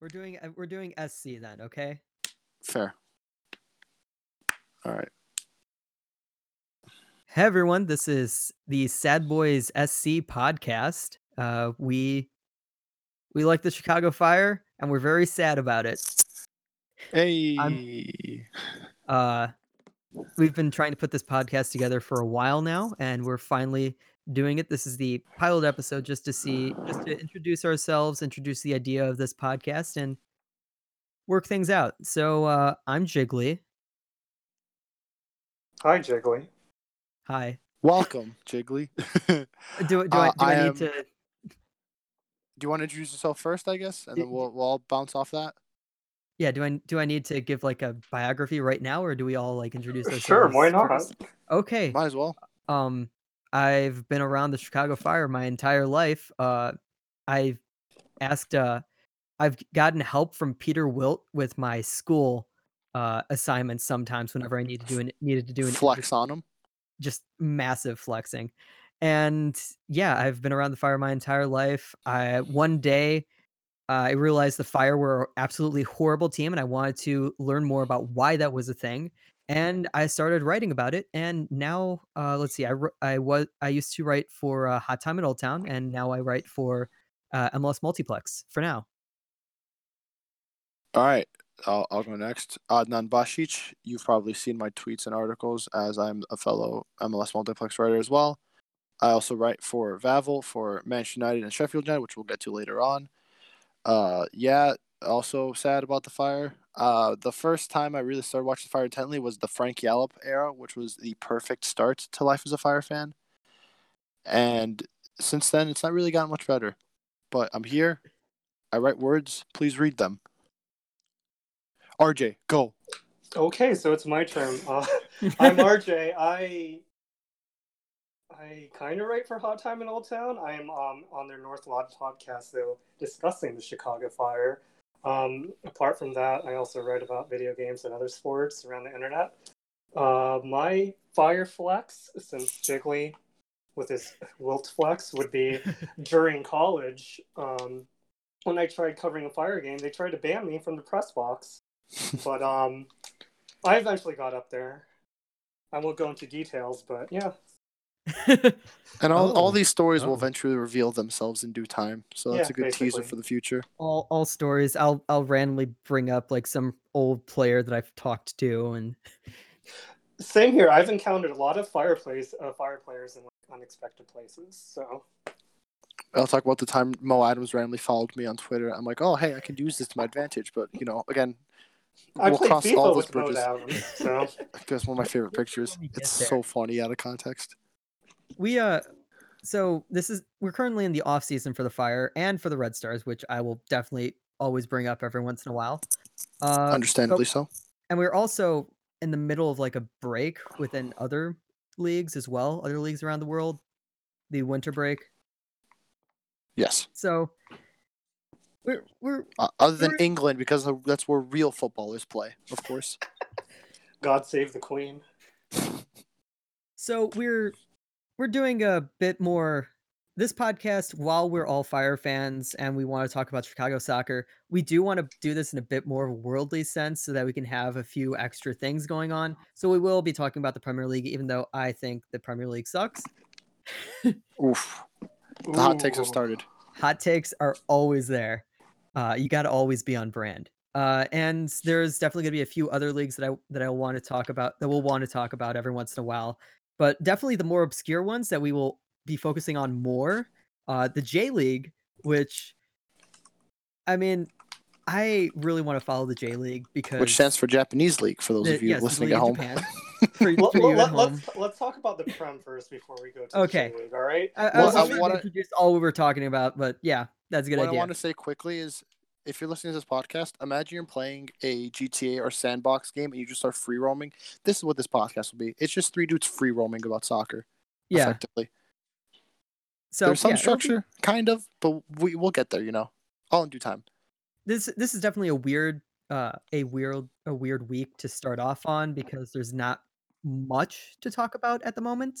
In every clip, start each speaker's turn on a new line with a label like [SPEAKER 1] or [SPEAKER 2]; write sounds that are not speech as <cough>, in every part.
[SPEAKER 1] We're doing uh, we're doing SC then, okay?
[SPEAKER 2] Fair. All right.
[SPEAKER 1] Hey everyone, this is the Sad Boys SC podcast. Uh, we we like the Chicago Fire, and we're very sad about it.
[SPEAKER 2] Hey.
[SPEAKER 1] Uh, we've been trying to put this podcast together for a while now, and we're finally doing it. This is the pilot episode, just to see, just to introduce ourselves, introduce the idea of this podcast, and work things out. So uh, I'm Jiggly.
[SPEAKER 3] Hi, Jiggly.
[SPEAKER 1] Hi.
[SPEAKER 2] Welcome,
[SPEAKER 1] <laughs>
[SPEAKER 2] Jiggly. do,
[SPEAKER 1] Do do I,
[SPEAKER 2] Uh,
[SPEAKER 1] do I,
[SPEAKER 2] I
[SPEAKER 1] need
[SPEAKER 2] am-
[SPEAKER 1] to?
[SPEAKER 2] you want to introduce yourself first, I guess, and
[SPEAKER 1] Y-
[SPEAKER 2] then we'll we'll all bounce off that.
[SPEAKER 1] Yeah. Do I do I need to give like a biography right now, or do we all like introduce ourselves?
[SPEAKER 3] Uh, Sure, why not?
[SPEAKER 1] first? Okay.
[SPEAKER 2] Might as well.
[SPEAKER 1] um i've been around the chicago fire my entire life uh i've asked uh i've gotten help from peter wilt with my school uh assignments sometimes whenever i need to do an needed to do an
[SPEAKER 2] Flex on them.
[SPEAKER 1] just massive flexing. And yeah, I've been around the fire my entire life. I one day I realized the fire were a absolutely horrible team and I wanted to learn more about why that was a thing. And I started writing about it and now uh, let's see I, wr- I was I used to write for uh, Hot Time at Old Town and now I write for uh, MLS Multiplex for now.
[SPEAKER 2] All right. I'll, I'll go next. Adnan Bashic. You've probably seen my tweets and articles as I'm a fellow MLS multiplex writer as well. I also write for Vavel, for Manchester United and Sheffield United, which we'll get to later on. Uh, yeah, also sad about the fire. Uh, the first time I really started watching the fire intently was the Frank Yallop era, which was the perfect start to life as a fire fan. And since then, it's not really gotten much better. But I'm here. I write words. Please read them. RJ, go.
[SPEAKER 3] Okay, so it's my turn. Uh,
[SPEAKER 1] <laughs>
[SPEAKER 3] I'm RJ. I I kind of write for Hot Time in Old Town. I'm um, on their North Lodge podcast, though, discussing the Chicago Fire. Um, apart from that, I also write about video games and other sports around the internet. Uh, my fire flex, since Jiggly with his wilt flex, would be during college. Um, when I tried covering a fire game, they tried to ban me from the
[SPEAKER 2] <laughs>
[SPEAKER 3] press box. but um, I eventually got up there. I won't go into details, but yeah,
[SPEAKER 2] And all, all
[SPEAKER 1] Oh.
[SPEAKER 2] these stories will
[SPEAKER 1] Oh.
[SPEAKER 2] eventually reveal themselves in due time. So that's
[SPEAKER 3] Yeah,
[SPEAKER 2] a good teaser
[SPEAKER 3] basically.
[SPEAKER 2] for the future.
[SPEAKER 1] all all stories I'll I'll randomly bring up like some old player that I've talked to and
[SPEAKER 3] same here. I've encountered a lot of fireplace uh, fire players in like, unexpected places. So
[SPEAKER 2] I'll talk about the time Mo Adams randomly followed me on Twitter. I'm like, oh, hey, I can use this to my advantage. But, you know, again,
[SPEAKER 3] I
[SPEAKER 2] we'll
[SPEAKER 3] played
[SPEAKER 2] cross
[SPEAKER 3] FIFA
[SPEAKER 2] all those
[SPEAKER 3] with Mo
[SPEAKER 2] bridges.
[SPEAKER 3] Downs, So
[SPEAKER 2] <laughs> That's one of my
[SPEAKER 1] We'll
[SPEAKER 2] favorite
[SPEAKER 1] get
[SPEAKER 2] pictures.
[SPEAKER 1] when we
[SPEAKER 2] It's
[SPEAKER 1] get
[SPEAKER 2] so funny out of context.
[SPEAKER 1] we uh so this is we're currently in the off season for the fire and for the red stars which i will definitely always bring up every once in a while uh,
[SPEAKER 2] Understandably so.
[SPEAKER 1] and we're also in the middle of like a break within other leagues as well other leagues around the world the winter break
[SPEAKER 2] Yes.
[SPEAKER 1] so we're we're
[SPEAKER 2] Uh, other than
[SPEAKER 1] Sure.
[SPEAKER 2] England, because that's where real footballers play, of course.
[SPEAKER 3] God save the Queen.
[SPEAKER 1] So we're we're doing a bit more this podcast while we're all fire fans and we want to talk about Chicago soccer. We do want to do this in a bit more of a worldly sense so that we can have a few extra things going on. So we will be talking about the Premier League even though I think the Premier League sucks.
[SPEAKER 2] Oof. The hot takes have
[SPEAKER 3] Ooh.
[SPEAKER 2] started.
[SPEAKER 1] hot takes are always there. Uh, you got to always be on brand. Uh, and there's definitely going to be a few other leagues that I that I want to talk about that we'll want to talk about every once in a while, but definitely the more obscure ones that we will be focusing on more. Uh, the J League, which, I mean, I really want to follow the J League because
[SPEAKER 2] Which stands for Japanese League, for those
[SPEAKER 1] the-
[SPEAKER 2] of you
[SPEAKER 1] yes, the
[SPEAKER 2] listening
[SPEAKER 1] league
[SPEAKER 2] at
[SPEAKER 1] in
[SPEAKER 2] home.
[SPEAKER 1] Japan.
[SPEAKER 2] <laughs>
[SPEAKER 1] for,
[SPEAKER 3] Let,
[SPEAKER 1] for you at home.
[SPEAKER 3] us let's talk about the prem first before we go to
[SPEAKER 1] Okay.
[SPEAKER 3] the J League. All right.
[SPEAKER 1] I, I
[SPEAKER 2] Well,
[SPEAKER 1] was
[SPEAKER 2] I
[SPEAKER 1] just trying to
[SPEAKER 2] wanna-
[SPEAKER 1] introduce all we were talking about, but yeah, that's a good
[SPEAKER 2] what
[SPEAKER 1] idea.
[SPEAKER 2] I want to say quickly is if you're listening to this podcast, imagine you're playing a GTA or sandbox game and you just start free roaming. This is what this podcast will be. It's just three dudes free roaming about soccer.
[SPEAKER 1] yeah,
[SPEAKER 2] Effectively.
[SPEAKER 1] so
[SPEAKER 2] There's some
[SPEAKER 1] yeah, it'll be-
[SPEAKER 2] structure, kind of, but we will get there, you know. All in due time.
[SPEAKER 1] this this is definitely a weird uh a weird a weird week to start off on because there's not much to talk about at the moment.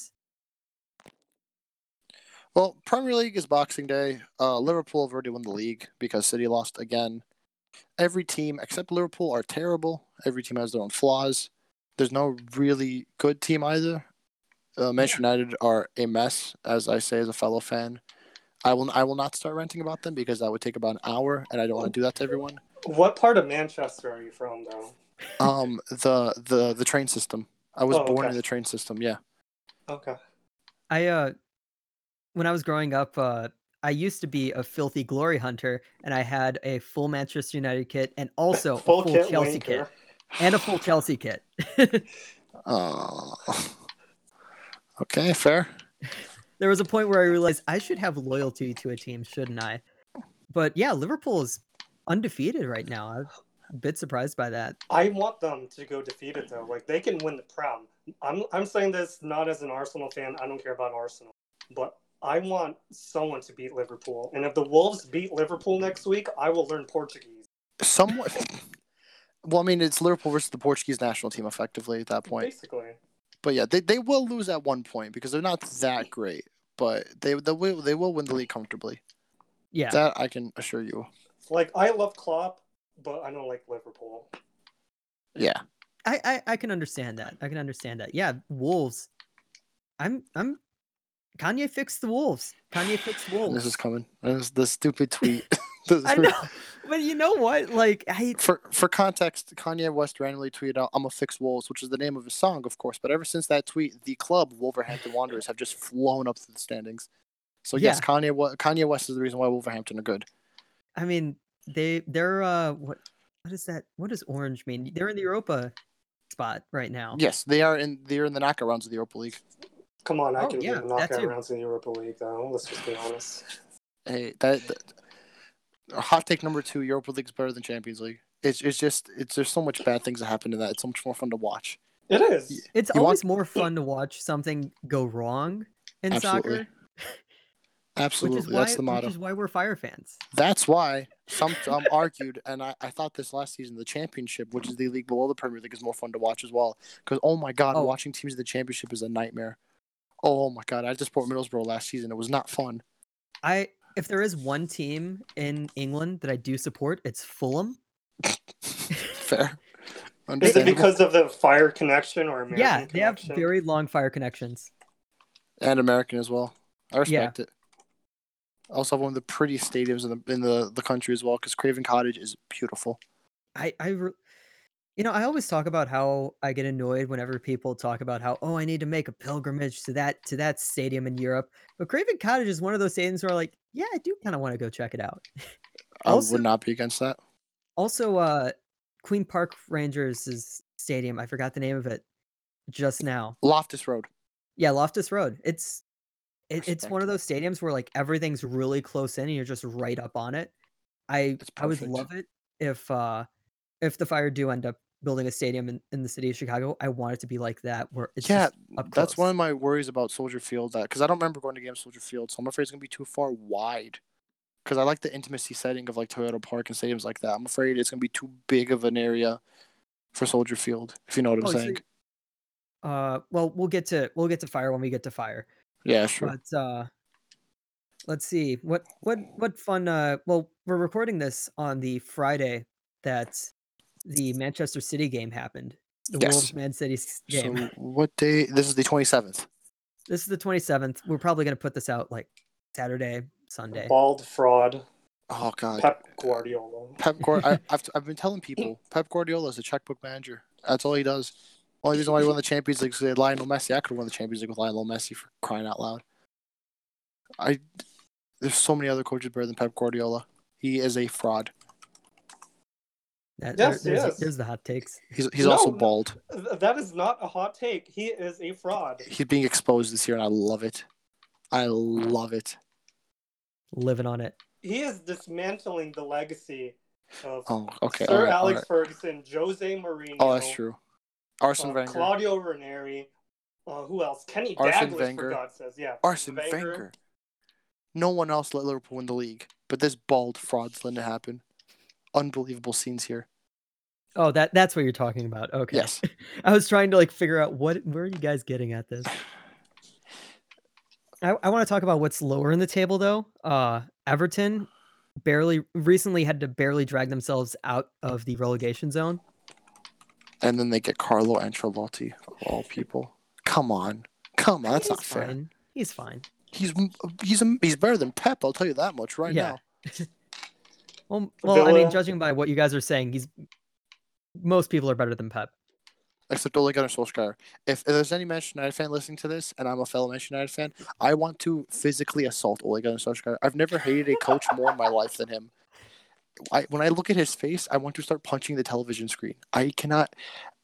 [SPEAKER 2] Well, Premier League is Boxing Day. Uh, Liverpool have already won the league because City lost again. every team except Liverpool are terrible. Every team has their own flaws. There's no really good team either. Uh, Manchester United are a mess, as I say as a fellow fan. I will I will not start ranting about them because that would take about an hour, and I don't want to do that to everyone.
[SPEAKER 3] What part of Manchester are you from, though?
[SPEAKER 2] Um, the the the train system. I was
[SPEAKER 3] Oh,
[SPEAKER 2] born
[SPEAKER 3] okay.
[SPEAKER 2] in the train system. Yeah.
[SPEAKER 1] Oh,
[SPEAKER 3] Okay.
[SPEAKER 1] I uh when I was growing up, uh I used to be a filthy glory hunter and I had a full Manchester United kit and also a full, Chelsea kit
[SPEAKER 3] wanker.
[SPEAKER 1] and a <laughs> full Chelsea kit.
[SPEAKER 2] Oh. <laughs> Okay, fair.
[SPEAKER 1] there was a point where I realized I should have loyalty to a team, shouldn't I? But yeah, Liverpool is undefeated right now. I'm a bit surprised by that.
[SPEAKER 3] I want them to go defeated though. Like they can win the Prem. I'm I'm saying this not as an Arsenal fan. I don't care about Arsenal, but I want someone to beat Liverpool. And if the Wolves beat Liverpool next week, I will learn Portuguese.
[SPEAKER 2] Somewhat. Well, I mean, it's Liverpool versus the Portuguese national team, effectively at that point.
[SPEAKER 3] Basically,
[SPEAKER 2] But yeah, they, they will lose at one point because they're not that great. But they they will they will win the league comfortably.
[SPEAKER 1] Yeah.
[SPEAKER 2] That I can assure you.
[SPEAKER 3] like I love Klopp, but I don't like Liverpool.
[SPEAKER 2] Yeah.
[SPEAKER 1] I, I I can understand that. I can understand that. Yeah, Wolves. I'm I'm Kanye fixed the Wolves. Kanye fixed
[SPEAKER 2] And <sighs> this
[SPEAKER 1] Wolves.
[SPEAKER 2] is coming. This the
[SPEAKER 1] <laughs>
[SPEAKER 2] stupid tweet. <laughs> This-
[SPEAKER 1] Oh. I know. But you know what? Like I
[SPEAKER 2] For for context, Kanye West randomly tweeted out, "I'm a fix Wolves," which is the name of his song, of course. But ever since that tweet, the club Wolverhampton Wanderers have just flown up through the standings. So yes,
[SPEAKER 1] Yeah.
[SPEAKER 2] Kanye Wa- Kanye West is the reason why Wolverhampton are good.
[SPEAKER 1] I mean they they're uh what what is that? What does orange mean? They're in the Europa spot right now.
[SPEAKER 2] Yes, they are in they're in the knockout rounds of the Europa League.
[SPEAKER 3] Come on, I
[SPEAKER 1] Oh,
[SPEAKER 3] can
[SPEAKER 1] yeah,
[SPEAKER 3] do
[SPEAKER 1] that
[SPEAKER 3] knockout
[SPEAKER 1] too.
[SPEAKER 3] rounds in the Europa League though. Let's just be honest.
[SPEAKER 2] Hey, that, that- hot take number two: Europa League's better than Champions League. It's it's just it's there's so much bad things that happen in that. It's so much more fun to watch.
[SPEAKER 3] It is.
[SPEAKER 1] It's
[SPEAKER 2] You want-
[SPEAKER 1] always more fun to watch something go wrong in
[SPEAKER 2] Absolutely.
[SPEAKER 1] soccer.
[SPEAKER 2] Absolutely,
[SPEAKER 1] Which is why
[SPEAKER 2] that's the motto.
[SPEAKER 1] which is why we're fire fans.
[SPEAKER 2] That's why some <laughs> um, argued, and I, I thought this last season, the championship, which is the league below the Premier League, is more fun to watch as well. Because oh my god,
[SPEAKER 1] Oh.
[SPEAKER 2] watching teams in the championship is a nightmare. Oh my god, I just support Middlesbrough last season. It was not fun.
[SPEAKER 1] I if there is one team in England that I do support, it's Fulham.
[SPEAKER 2] Fair.
[SPEAKER 3] Is it
[SPEAKER 2] Understandable.
[SPEAKER 3] because of the fire connection or American
[SPEAKER 1] yeah, they have
[SPEAKER 3] connection?
[SPEAKER 1] very long fire connections.
[SPEAKER 2] and American as well. I respect it. Also, have one of the prettiest stadiums in the in the, the country as well, because Craven Cottage is beautiful.
[SPEAKER 1] I, I, re- you know, I always talk about how I get annoyed whenever people talk about how, oh, I need to make a pilgrimage to that to that stadium in Europe. But Craven Cottage is one of those stadiums where, like, yeah, I do kind of want to go check it out.
[SPEAKER 2] I
[SPEAKER 1] Also-
[SPEAKER 2] would not be against that.
[SPEAKER 1] Also, uh, Queen Park Rangers' stadium, I forgot the name of it just now.
[SPEAKER 2] Loftus Road.
[SPEAKER 1] Yeah, Loftus Road. It's it, it's one of those
[SPEAKER 2] Respect.
[SPEAKER 1] stadiums where like everything's really close in and you're just right up on it. I
[SPEAKER 2] It's
[SPEAKER 1] I would
[SPEAKER 2] perfect.
[SPEAKER 1] love it if uh if the fire do end up building a stadium in, in the city of Chicago. I want it to be like that where it's
[SPEAKER 2] yeah,
[SPEAKER 1] just up
[SPEAKER 2] that's
[SPEAKER 1] close.
[SPEAKER 2] one of my worries about Soldier Field. That because I don't remember going to games at Soldier Field, so I'm afraid it's gonna be too far wide. Because I like the intimacy setting of like Toyota Park and stadiums like that. I'm afraid it's gonna be too big of an area for Soldier Field. If you know what I'm
[SPEAKER 1] Oh, so
[SPEAKER 2] saying?
[SPEAKER 1] uh well we'll get to we'll get to fire when we get to fire.
[SPEAKER 2] Yeah, sure.
[SPEAKER 1] But uh let's see. What what what fun uh well we're recording this on the Friday that the Manchester City game happened. The
[SPEAKER 2] Yes.
[SPEAKER 1] Wolves Man City s- game.
[SPEAKER 2] So what day? This is the 27th.
[SPEAKER 1] This is the 27th. We're probably going to put this out like Saturday, Sunday.
[SPEAKER 3] bald fraud.
[SPEAKER 2] Oh God,
[SPEAKER 3] Pep Guardiola.
[SPEAKER 2] Pep
[SPEAKER 3] <laughs>
[SPEAKER 2] Guardiola. I've I've been telling
[SPEAKER 3] <clears throat>
[SPEAKER 2] people Pep Guardiola is a checkbook manager. That's all he does. Only reason why he won the Champions League is 'cause they had Lionel Messi. I could win the Champions League with Lionel Messi for crying out loud. I there's so many other coaches better than Pep Guardiola. He is a fraud.
[SPEAKER 1] That,
[SPEAKER 3] Yes,
[SPEAKER 1] there's,
[SPEAKER 3] yes.
[SPEAKER 1] there's the hot takes.
[SPEAKER 2] He's he's
[SPEAKER 3] No.
[SPEAKER 2] also bald.
[SPEAKER 3] Th- That is not a hot take. He is a fraud.
[SPEAKER 2] He's being exposed this year, and I love it. I love it.
[SPEAKER 1] Living on it.
[SPEAKER 3] He is dismantling the legacy of
[SPEAKER 2] Oh, okay. all
[SPEAKER 3] Sir
[SPEAKER 2] right, all
[SPEAKER 3] Alex
[SPEAKER 2] right.
[SPEAKER 3] Ferguson, Jose Mourinho,
[SPEAKER 2] Oh, that's true. Arsene
[SPEAKER 3] uh,
[SPEAKER 2] Wenger.
[SPEAKER 3] Claudio Ranieri. Uh, who else? Kenny
[SPEAKER 2] Arsene
[SPEAKER 3] Dalglish,
[SPEAKER 2] Wenger.
[SPEAKER 3] for God's sakes. Yeah.
[SPEAKER 2] Arsene Wenger. No one else let Liverpool win the league, but this bald fraud's letting it happen. Unbelievable scenes here.
[SPEAKER 1] Oh, that that's what you're talking about. Okay.
[SPEAKER 2] Yes.
[SPEAKER 1] <laughs> I was trying to like figure out what where are you guys getting at this? I, I want to talk about what's lower in the table though. Uh Everton barely recently had to barely drag themselves out of the relegation zone.
[SPEAKER 2] And then they get Carlo Ancelotti of all people. Come on, come on, that's
[SPEAKER 1] He's
[SPEAKER 2] not fair.
[SPEAKER 1] fine. He's fine.
[SPEAKER 2] He's he's he's better than Pep. I'll tell you that much right
[SPEAKER 1] Yeah.
[SPEAKER 2] now.
[SPEAKER 1] Well, well I mean,
[SPEAKER 3] Villa-
[SPEAKER 1] judging by what you guys are saying, he's most people are better than Pep.
[SPEAKER 2] Except oh, Ole Gunnar Solskjaer. If, if there's any Manchester United fan listening to this, and I'm a fellow Manchester United fan, I want to physically assault Ole Gunnar Solskjaer. I've never hated a coach more in my life than him. I, when I look at his face, I want to start punching the television screen. I cannot.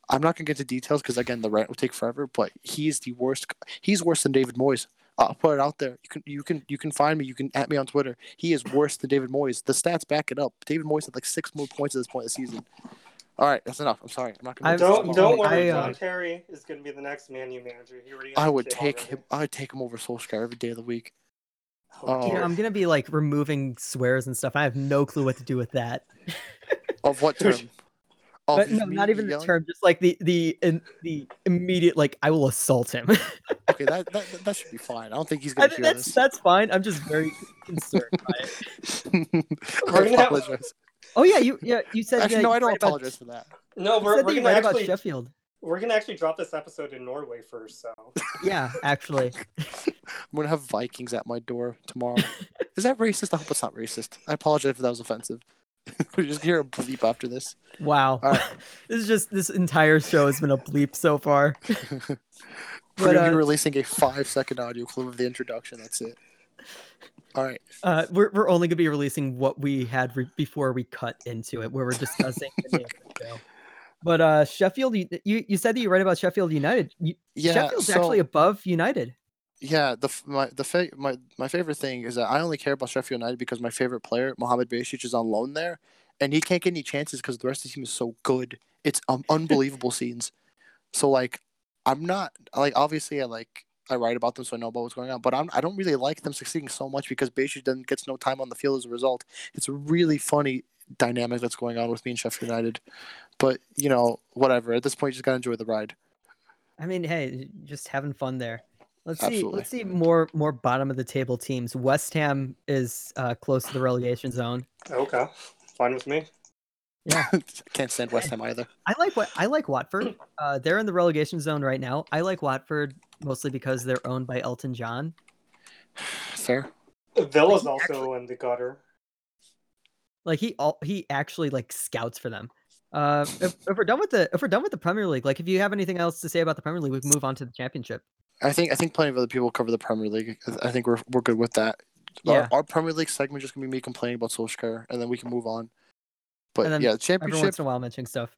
[SPEAKER 2] I'm not going to get into details because again, the rant will take forever. But he is the worst. He's worse than David Moyes. I'll put it out there. You can you can you can find me. You can at me on Twitter. He is worse than David Moyes. The stats back it up. David Moyes had like six more points at this point of the season. All right, that's enough. I'm sorry. I'm not going
[SPEAKER 1] I've-
[SPEAKER 2] to.
[SPEAKER 3] Don't don't worry,
[SPEAKER 1] I, uh,
[SPEAKER 3] John Terry is going to be the next Man U manager. He already.
[SPEAKER 2] I
[SPEAKER 3] has a
[SPEAKER 2] would
[SPEAKER 3] kid
[SPEAKER 2] take
[SPEAKER 3] already.
[SPEAKER 2] him. I would take him over Solskjaer every day of the week.
[SPEAKER 1] You
[SPEAKER 3] Oh,
[SPEAKER 1] know,
[SPEAKER 3] dear.
[SPEAKER 1] I'm gonna be like removing swears and stuff. I have no clue what to do with that.
[SPEAKER 2] Of what term? Of
[SPEAKER 1] but no,
[SPEAKER 2] me
[SPEAKER 1] not even the
[SPEAKER 2] yelling?
[SPEAKER 1] term. Just like the the in, the immediate like I will assault him. <laughs>
[SPEAKER 2] Okay, that, that that should be fine. I don't think he's
[SPEAKER 1] I
[SPEAKER 2] gonna
[SPEAKER 1] think
[SPEAKER 2] hear
[SPEAKER 1] that's that's fine. I'm just very concerned by it.
[SPEAKER 2] this.
[SPEAKER 3] We're
[SPEAKER 2] <laughs> I
[SPEAKER 3] gonna have-
[SPEAKER 2] apologize.
[SPEAKER 1] <laughs> Oh yeah, you yeah you said
[SPEAKER 2] Actually,
[SPEAKER 1] yeah,
[SPEAKER 2] no,
[SPEAKER 1] you
[SPEAKER 2] I don't
[SPEAKER 1] write about-
[SPEAKER 2] apologize for that.
[SPEAKER 3] No,
[SPEAKER 1] you
[SPEAKER 3] we're,
[SPEAKER 1] said that
[SPEAKER 3] we're
[SPEAKER 1] you
[SPEAKER 3] gonna
[SPEAKER 1] write about
[SPEAKER 3] actually
[SPEAKER 1] Sheffield.
[SPEAKER 3] we're gonna actually drop this episode in Norway first. So
[SPEAKER 1] Yeah,
[SPEAKER 2] <laughs>
[SPEAKER 1] actually,
[SPEAKER 2] I'm gonna have Vikings at my door
[SPEAKER 1] <laughs>
[SPEAKER 2] tomorrow. Is that racist? I hope it's not racist. I apologize if that was offensive. <laughs> we just hear a bleep after this.
[SPEAKER 1] wow.
[SPEAKER 2] All right.
[SPEAKER 1] <laughs> this is just this entire show has been a bleep so
[SPEAKER 2] <laughs>
[SPEAKER 1] far.
[SPEAKER 2] We're
[SPEAKER 1] But,
[SPEAKER 2] gonna be
[SPEAKER 1] uh,
[SPEAKER 2] releasing a five second audio clip of the introduction. That's it. All right.
[SPEAKER 1] Uh, we're we're only gonna be releasing what we had re- before we cut into it, where we're discussing the name of the show. But uh, Sheffield, you, you you said that you write about Sheffield United. You,
[SPEAKER 2] Yeah.
[SPEAKER 1] Sheffield's
[SPEAKER 2] so-
[SPEAKER 1] actually above United.
[SPEAKER 2] Yeah, the f- my the fa- my my favorite thing is that I only care about Sheffield United because my favorite player Mohamed Basic is on loan there, and he can't get any chances because the rest of the team is so good. It's um, unbelievable scenes. So like, I'm not like obviously I like I write about them so I know about what's going on, but I'm I don't really like them succeeding so much because Basic then gets no time on the field as a result. It's a really funny dynamic that's going on with me and Sheffield United, but you know whatever. At this point, you just gotta enjoy the ride.
[SPEAKER 1] I mean, hey, just having fun there. Let's see.
[SPEAKER 2] Absolutely.
[SPEAKER 1] Let's see more more bottom of the table teams. West Ham is uh, close to the relegation zone.
[SPEAKER 3] okay, fine with me.
[SPEAKER 2] <laughs> Can't stand West Ham either.
[SPEAKER 1] I like what I like Watford. Uh, they're in the relegation zone right now. I like Watford mostly because they're owned by Elton John.
[SPEAKER 2] Fair.
[SPEAKER 3] Villa's
[SPEAKER 1] Like,
[SPEAKER 3] also
[SPEAKER 1] actually-
[SPEAKER 3] in the gutter.
[SPEAKER 1] Like he all he actually like scouts for them. Uh, if, if we're done with the if we're done with the Premier League, like if you have anything else to say about the Premier League, we can move on to the Championship.
[SPEAKER 2] I think I think plenty of other people cover the Premier League. I- I think we're we're good with that.
[SPEAKER 1] Yeah.
[SPEAKER 2] Our, our Premier League segment just gonna be me complaining about Solskjaer, and then we can move on. But
[SPEAKER 1] And then
[SPEAKER 2] yeah,
[SPEAKER 1] Every
[SPEAKER 2] championship
[SPEAKER 1] once in a while, mentioning stuff.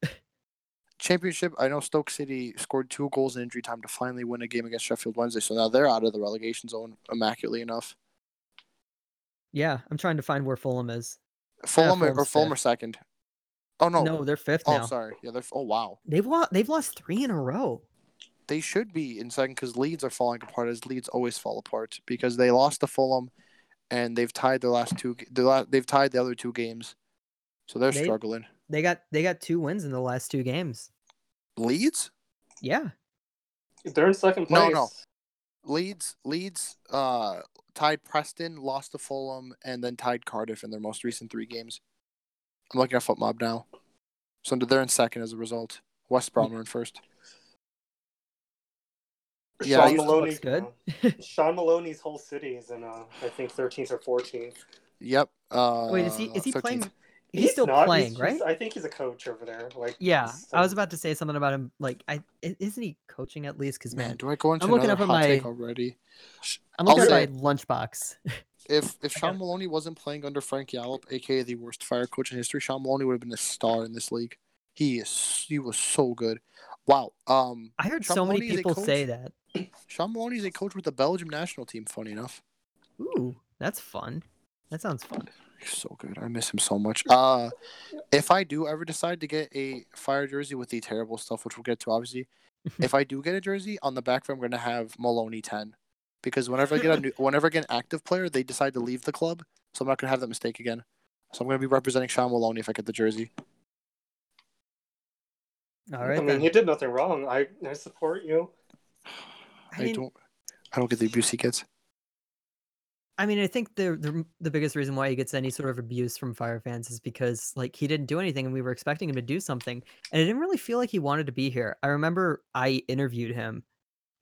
[SPEAKER 1] <laughs>
[SPEAKER 2] championship. I know Stoke City scored two goals in injury time to finally win a game against Sheffield Wednesday, so now they're out of the relegation zone immaculately enough.
[SPEAKER 1] yeah, I'm trying to find where Fulham is.
[SPEAKER 2] Fulham or-
[SPEAKER 1] Fulham's
[SPEAKER 2] or Fulham are
[SPEAKER 1] fifth.
[SPEAKER 2] second. Oh no!
[SPEAKER 1] No, they're fifth
[SPEAKER 2] oh,
[SPEAKER 1] now.
[SPEAKER 2] sorry. Yeah, they're. f- Oh wow.
[SPEAKER 1] They've lost. They've lost three in a row.
[SPEAKER 2] they should be in second because Leeds are falling apart as Leeds always fall apart because they lost to Fulham and they've tied their last two g- their la- they've tied the other two games. So they're
[SPEAKER 1] They-
[SPEAKER 2] struggling.
[SPEAKER 1] They got they got two wins in the last two games.
[SPEAKER 2] Leeds?
[SPEAKER 1] Yeah,
[SPEAKER 3] They're in second
[SPEAKER 2] No,
[SPEAKER 3] place.
[SPEAKER 2] no. Leeds Leeds uh tied Preston, lost to Fulham and then tied Cardiff in their most recent 3 games. I'm looking at Foot Mob now. So they're in second as a result. West Brom are in first. Yeah, I
[SPEAKER 3] Sean
[SPEAKER 2] used to-
[SPEAKER 3] Maloney's
[SPEAKER 1] Looks <laughs>
[SPEAKER 3] Sean Maloney's whole city is in, uh, I think, 13th or 14th.
[SPEAKER 2] Yep. Uh,
[SPEAKER 1] Wait, is he is he
[SPEAKER 2] 13th.
[SPEAKER 1] playing? He's, still
[SPEAKER 3] not,
[SPEAKER 1] playing,
[SPEAKER 3] he's-
[SPEAKER 1] right?
[SPEAKER 3] he's- I think he's a coach over there. Like,
[SPEAKER 1] yeah,
[SPEAKER 3] so-
[SPEAKER 1] I was about to say something about him. Like, I i- isn't he coaching at least? Because
[SPEAKER 2] Man,
[SPEAKER 1] man,
[SPEAKER 2] do I go into
[SPEAKER 1] I'm looking
[SPEAKER 2] another
[SPEAKER 1] up
[SPEAKER 2] hot
[SPEAKER 1] at
[SPEAKER 2] take
[SPEAKER 1] my-
[SPEAKER 2] already?
[SPEAKER 1] I'm
[SPEAKER 2] I'll
[SPEAKER 1] looking at
[SPEAKER 2] say-
[SPEAKER 1] my lunchbox.
[SPEAKER 2] If if Sean
[SPEAKER 1] got-
[SPEAKER 2] Maloney wasn't playing under Frank Yallop, aka the worst fire coach in history, Sean Maloney would have been a star in this league. He is he was so good. Wow. Um,
[SPEAKER 1] I heard
[SPEAKER 2] Sean
[SPEAKER 1] so many
[SPEAKER 2] Maloney is a
[SPEAKER 1] people
[SPEAKER 2] coach?
[SPEAKER 1] say that.
[SPEAKER 2] Sean Maloney is a coach with the Belgium national team. Funny enough,
[SPEAKER 1] Ooh, that's fun. That sounds fun.
[SPEAKER 2] he's so good. I miss him so much. Uh, if I do ever decide to get a fire jersey with the terrible stuff, which we'll get to obviously, if I do get a jersey on the back, I'm gonna have Maloney ten, because whenever I get a new, whenever I get an active player, they decide to leave the club, so I'm not gonna have that mistake again. So I'm gonna be representing Sean Maloney if I get the jersey.
[SPEAKER 1] All right,
[SPEAKER 3] I mean,
[SPEAKER 1] then.
[SPEAKER 3] he did nothing wrong. I, I support you.
[SPEAKER 1] I
[SPEAKER 2] I,
[SPEAKER 1] mean,
[SPEAKER 2] don't. I don't get the abuse he gets.
[SPEAKER 1] I mean, I think the, the the biggest reason why he gets any sort of abuse from Fire fans is because like he didn't do anything, and we were expecting him to do something, and it didn't really feel like he wanted to be here. I remember I interviewed him,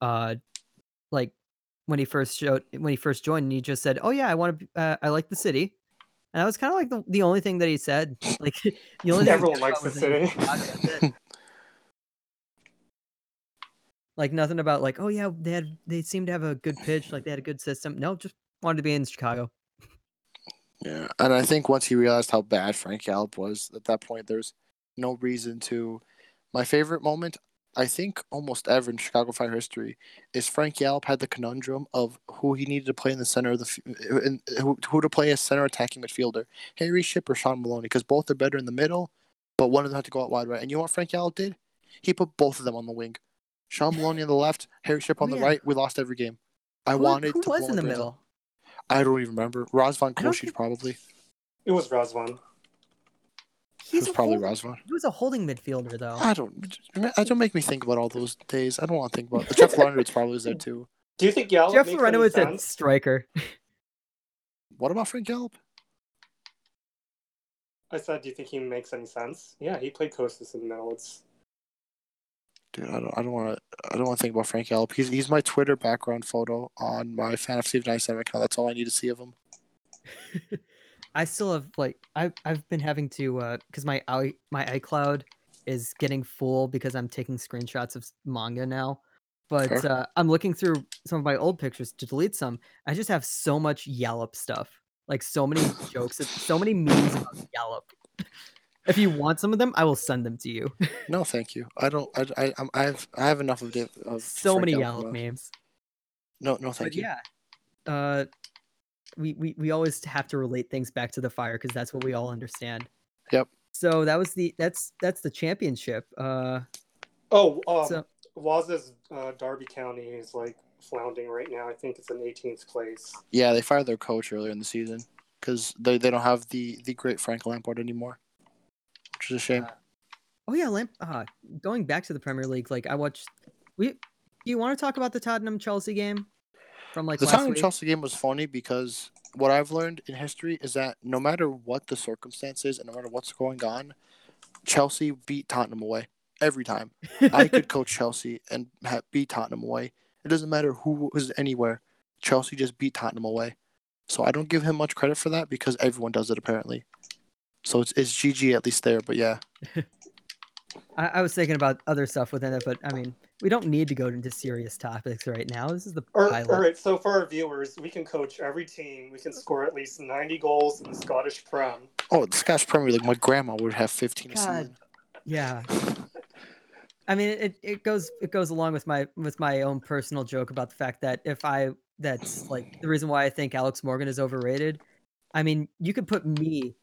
[SPEAKER 1] uh, like when he first showed when he first joined, and he just said, "Oh yeah, I want to. Uh, I like the city," and that was kind of like the, the only thing that he said. Like <laughs> the only thing he
[SPEAKER 3] Everyone
[SPEAKER 1] cared about
[SPEAKER 3] likes the
[SPEAKER 1] was that he
[SPEAKER 3] city.
[SPEAKER 1] was a god, <laughs> like nothing about like, oh yeah, they had they seemed to have a good pitch, like they had a good system. No, just wanted to be in Chicago.
[SPEAKER 2] Yeah, and I think once he realized how bad Frank Gallup was at that point, there's no reason to. My favorite moment, I think, almost ever in Chicago Fire history, is Frank Gallup had the conundrum of who he needed to play in the center of the, f- in, who, who to play as center attacking midfielder, Harry Ship or Sean Maloney, because both are better in the middle, but one of them had to go out wide right. And you know what Frank Gallup did? He put both of them on the wing. Sean Maloney on the left, Harry Ship on
[SPEAKER 1] Oh,
[SPEAKER 2] the
[SPEAKER 1] yeah.
[SPEAKER 2] right. We lost every game. I
[SPEAKER 1] who,
[SPEAKER 2] wanted
[SPEAKER 1] who
[SPEAKER 2] to
[SPEAKER 1] was
[SPEAKER 2] blow
[SPEAKER 1] in the
[SPEAKER 2] my brains out.
[SPEAKER 1] middle?
[SPEAKER 2] I don't even remember. Razvan
[SPEAKER 1] I don't
[SPEAKER 2] Koshic
[SPEAKER 1] think-
[SPEAKER 2] probably.
[SPEAKER 3] It was Razvan.
[SPEAKER 2] It
[SPEAKER 1] He's
[SPEAKER 2] was
[SPEAKER 1] a
[SPEAKER 2] probably
[SPEAKER 1] holding-
[SPEAKER 2] Razvan.
[SPEAKER 1] He was a holding midfielder though.
[SPEAKER 2] I don't. I don't make me think about all those days. I don't want to think about. Jeff Leonard's probably was there too.
[SPEAKER 3] Do you think Gallup
[SPEAKER 1] Jeff
[SPEAKER 3] makes
[SPEAKER 1] Lorenowitz
[SPEAKER 3] any
[SPEAKER 1] a
[SPEAKER 3] sense?
[SPEAKER 1] striker.
[SPEAKER 2] What about Frank Gallup?
[SPEAKER 3] I said, do you think he makes any sense? Yeah, he played Costas in the middle. It's
[SPEAKER 2] Dude, I don't. I don't want to. I don't want to think about Frank Gallup. He's he's my Twitter background photo on my FanFC ninety seven account. That's all I need to see of him.
[SPEAKER 1] I still have like I I've been having to uh because my i my iCloud is getting full because I'm taking screenshots of s- manga now. But
[SPEAKER 2] Fair.
[SPEAKER 1] uh, I'm looking through some of my old pictures to delete some. I just have so much Yallop stuff, like so many jokes, and so many memes about Yallop. if you want some of them, I will send them to you.
[SPEAKER 2] No, thank you. I don't. I. I. I'm, I have. I have enough of. Dave, of
[SPEAKER 1] so
[SPEAKER 2] Frank
[SPEAKER 1] many
[SPEAKER 2] Gallup in
[SPEAKER 1] Yallop
[SPEAKER 2] my-
[SPEAKER 1] memes.
[SPEAKER 2] No, no, thank
[SPEAKER 1] but
[SPEAKER 2] you.
[SPEAKER 1] yeah, uh, we, we we always have to relate things back to the fire because that's what we all understand.
[SPEAKER 2] Yep.
[SPEAKER 1] So that was the that's that's the championship. Uh,
[SPEAKER 3] oh, um,
[SPEAKER 1] so
[SPEAKER 3] Waza's uh, Derby County is like floundering right now. I think it's in 18th place.
[SPEAKER 2] Yeah, they fired their coach earlier in the season because they, they don't have the the great Frank Lampard anymore, which is a shame.
[SPEAKER 1] oh yeah, Lamp. Uh, going back to the Premier League, like I watched. We do you want to talk about the Tottenham Chelsea game from like
[SPEAKER 2] the
[SPEAKER 1] last
[SPEAKER 2] Tottenham
[SPEAKER 1] week?
[SPEAKER 2] Chelsea game was funny because what I've learned in history is that no matter what the circumstances and no matter what's going on, Chelsea beat Tottenham away every time.
[SPEAKER 1] <laughs>
[SPEAKER 2] I could coach Chelsea and ha- beat Tottenham away. It doesn't matter who was anywhere. Chelsea just beat Tottenham away. So I don't give him much credit for that because everyone does it apparently. So it's it's GG at least there, but yeah.
[SPEAKER 1] I, I was thinking about other stuff within it, but I mean, we don't need to go into serious topics right now. This is the
[SPEAKER 3] All right,
[SPEAKER 1] pilot.
[SPEAKER 3] all right, so for our viewers, we can coach every team. We can score at least 90 goals in the Scottish Prem.
[SPEAKER 2] Oh, the Scottish Premier League. My grandma would have 15 a
[SPEAKER 1] God.
[SPEAKER 2] season.
[SPEAKER 1] Yeah. I mean, it, it goes it goes along with my with my own personal joke about the fact that if I that's like the reason why I think Alex Morgan is overrated. I mean, you could put me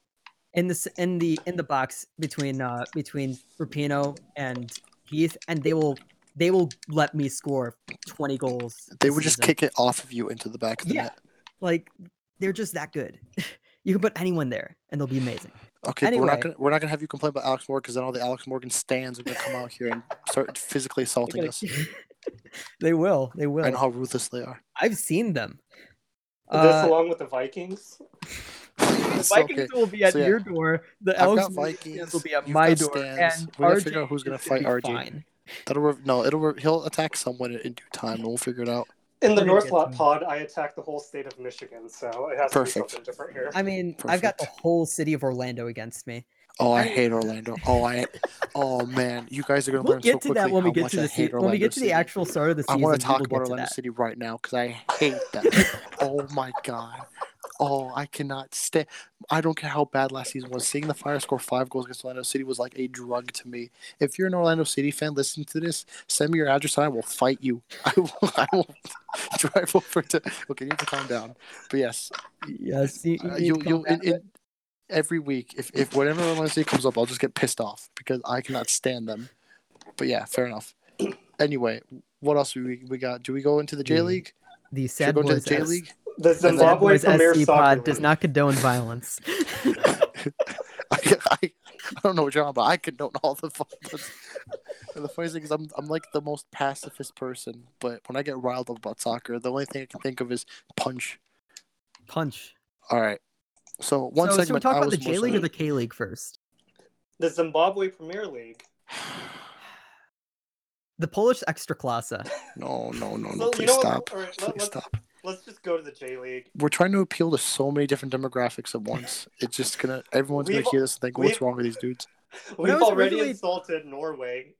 [SPEAKER 1] in this in the in the box between uh between Rapino and Heath, and they will they will let me score twenty goals.
[SPEAKER 2] They
[SPEAKER 1] this
[SPEAKER 2] would just
[SPEAKER 1] season.
[SPEAKER 2] kick it off of you into the back of the
[SPEAKER 1] Yeah.
[SPEAKER 2] net.
[SPEAKER 1] like they're just that good. <laughs> you can put anyone there, and they'll be amazing.
[SPEAKER 2] Okay, but we're
[SPEAKER 1] Anyway.
[SPEAKER 2] not gonna we're not gonna have you complain about Alex Morgan because then all the Alex Morgan stands are gonna come out here and start physically assaulting us.
[SPEAKER 1] <laughs> they will. They will.
[SPEAKER 2] I know how ruthless they are.
[SPEAKER 1] I've seen them.
[SPEAKER 3] this
[SPEAKER 1] Uh,
[SPEAKER 3] along with the Vikings.
[SPEAKER 1] the
[SPEAKER 2] It's
[SPEAKER 1] Vikings will be at
[SPEAKER 2] So, yeah.
[SPEAKER 1] your door. The
[SPEAKER 2] I've
[SPEAKER 1] Elks
[SPEAKER 2] got Vikings.
[SPEAKER 1] will be at
[SPEAKER 2] you've
[SPEAKER 1] my
[SPEAKER 2] got
[SPEAKER 1] door.
[SPEAKER 2] Stans.
[SPEAKER 1] And
[SPEAKER 2] we gotta
[SPEAKER 1] RJ
[SPEAKER 2] figure out who's gonna
[SPEAKER 1] should
[SPEAKER 2] fight
[SPEAKER 1] be
[SPEAKER 2] RJ.
[SPEAKER 1] Fine.
[SPEAKER 2] That'll re- no, it'll re- he'll attack someone in due time, and we'll figure it out.
[SPEAKER 3] In the
[SPEAKER 1] We're gonna
[SPEAKER 3] North
[SPEAKER 1] get
[SPEAKER 3] Lot
[SPEAKER 1] them.
[SPEAKER 3] pod, I attack the whole state of Michigan, so it has to be
[SPEAKER 2] Perfect.
[SPEAKER 3] something different here.
[SPEAKER 1] I mean, I've got the
[SPEAKER 2] Perfect.
[SPEAKER 1] whole city of Orlando against me.
[SPEAKER 2] Oh, I
[SPEAKER 1] I-
[SPEAKER 2] hate Orlando. Oh, I. Oh man, you guys are gonna
[SPEAKER 1] We'll
[SPEAKER 2] learn
[SPEAKER 1] get
[SPEAKER 2] so
[SPEAKER 1] to
[SPEAKER 2] quickly
[SPEAKER 1] that when we
[SPEAKER 2] how
[SPEAKER 1] get
[SPEAKER 2] much
[SPEAKER 1] to
[SPEAKER 2] I
[SPEAKER 1] the
[SPEAKER 2] hate
[SPEAKER 1] se- when we
[SPEAKER 2] Orlando
[SPEAKER 1] get to the
[SPEAKER 2] City.
[SPEAKER 1] actual start of the
[SPEAKER 2] I
[SPEAKER 1] season.
[SPEAKER 2] want to talk
[SPEAKER 1] we'll
[SPEAKER 2] about
[SPEAKER 1] get to
[SPEAKER 2] Orlando
[SPEAKER 1] that.
[SPEAKER 2] City right now because I hate
[SPEAKER 1] <laughs>
[SPEAKER 2] that. oh my god. Oh, I cannot stay. I don't care how bad last season was. Seeing the Fire score five goals against Orlando City was like a drug to me. If you're an Orlando City fan listening to this, send me your address and I will fight you. <laughs> I will, I will <laughs> drive over to. Okay, you need to calm down. But yes,
[SPEAKER 1] Yes, you, you
[SPEAKER 2] uh,
[SPEAKER 1] need
[SPEAKER 2] you,
[SPEAKER 1] to
[SPEAKER 2] you,
[SPEAKER 1] come
[SPEAKER 2] in,
[SPEAKER 1] back.
[SPEAKER 2] in, every week, if, if whenever Orlando City comes up, I'll just get pissed off because I cannot stand them. But yeah, fair enough. Anyway, what else we, we got? Do we go into the J
[SPEAKER 1] The-
[SPEAKER 2] League?
[SPEAKER 1] the Mm-hmm.
[SPEAKER 2] Should we
[SPEAKER 1] sad
[SPEAKER 2] go into
[SPEAKER 1] boys.
[SPEAKER 2] the J
[SPEAKER 1] S-
[SPEAKER 2] League? <laughs>
[SPEAKER 3] The
[SPEAKER 1] Sad
[SPEAKER 3] Zimbabwe
[SPEAKER 1] Boys
[SPEAKER 3] Premier
[SPEAKER 1] SC
[SPEAKER 3] Soccer
[SPEAKER 1] pod
[SPEAKER 3] League.
[SPEAKER 1] does not condone violence.
[SPEAKER 2] I, I, I don't know what you're on about. I condone all the violence. and the funny thing is, I'm, I'm like the most pacifist person, but when I get riled up about soccer, the only thing I can think of is punch.
[SPEAKER 1] punch.
[SPEAKER 2] All right. So one
[SPEAKER 1] so,
[SPEAKER 2] segment.
[SPEAKER 1] should we talk
[SPEAKER 2] I
[SPEAKER 1] about
[SPEAKER 2] was
[SPEAKER 1] the J League
[SPEAKER 2] mostly-
[SPEAKER 1] or the K League first?
[SPEAKER 3] The Zimbabwe Premier League.
[SPEAKER 1] The Polish
[SPEAKER 2] <laughs>
[SPEAKER 1] Ekstraklasa.
[SPEAKER 2] No, no, no, no.
[SPEAKER 3] Well, you
[SPEAKER 2] please
[SPEAKER 3] know what?
[SPEAKER 2] stop.
[SPEAKER 3] All right, let-
[SPEAKER 2] please
[SPEAKER 3] let's-
[SPEAKER 2] stop.
[SPEAKER 3] Let's just go to the J League.
[SPEAKER 2] We're trying to appeal to so many different demographics at once. It's just gonna. Everyone's gonna
[SPEAKER 3] We've-
[SPEAKER 2] hear this and think, "What's
[SPEAKER 3] we've-
[SPEAKER 2] wrong with these dudes?"
[SPEAKER 1] When I
[SPEAKER 3] We've
[SPEAKER 1] was
[SPEAKER 3] already
[SPEAKER 1] originally-
[SPEAKER 3] insulted Norway,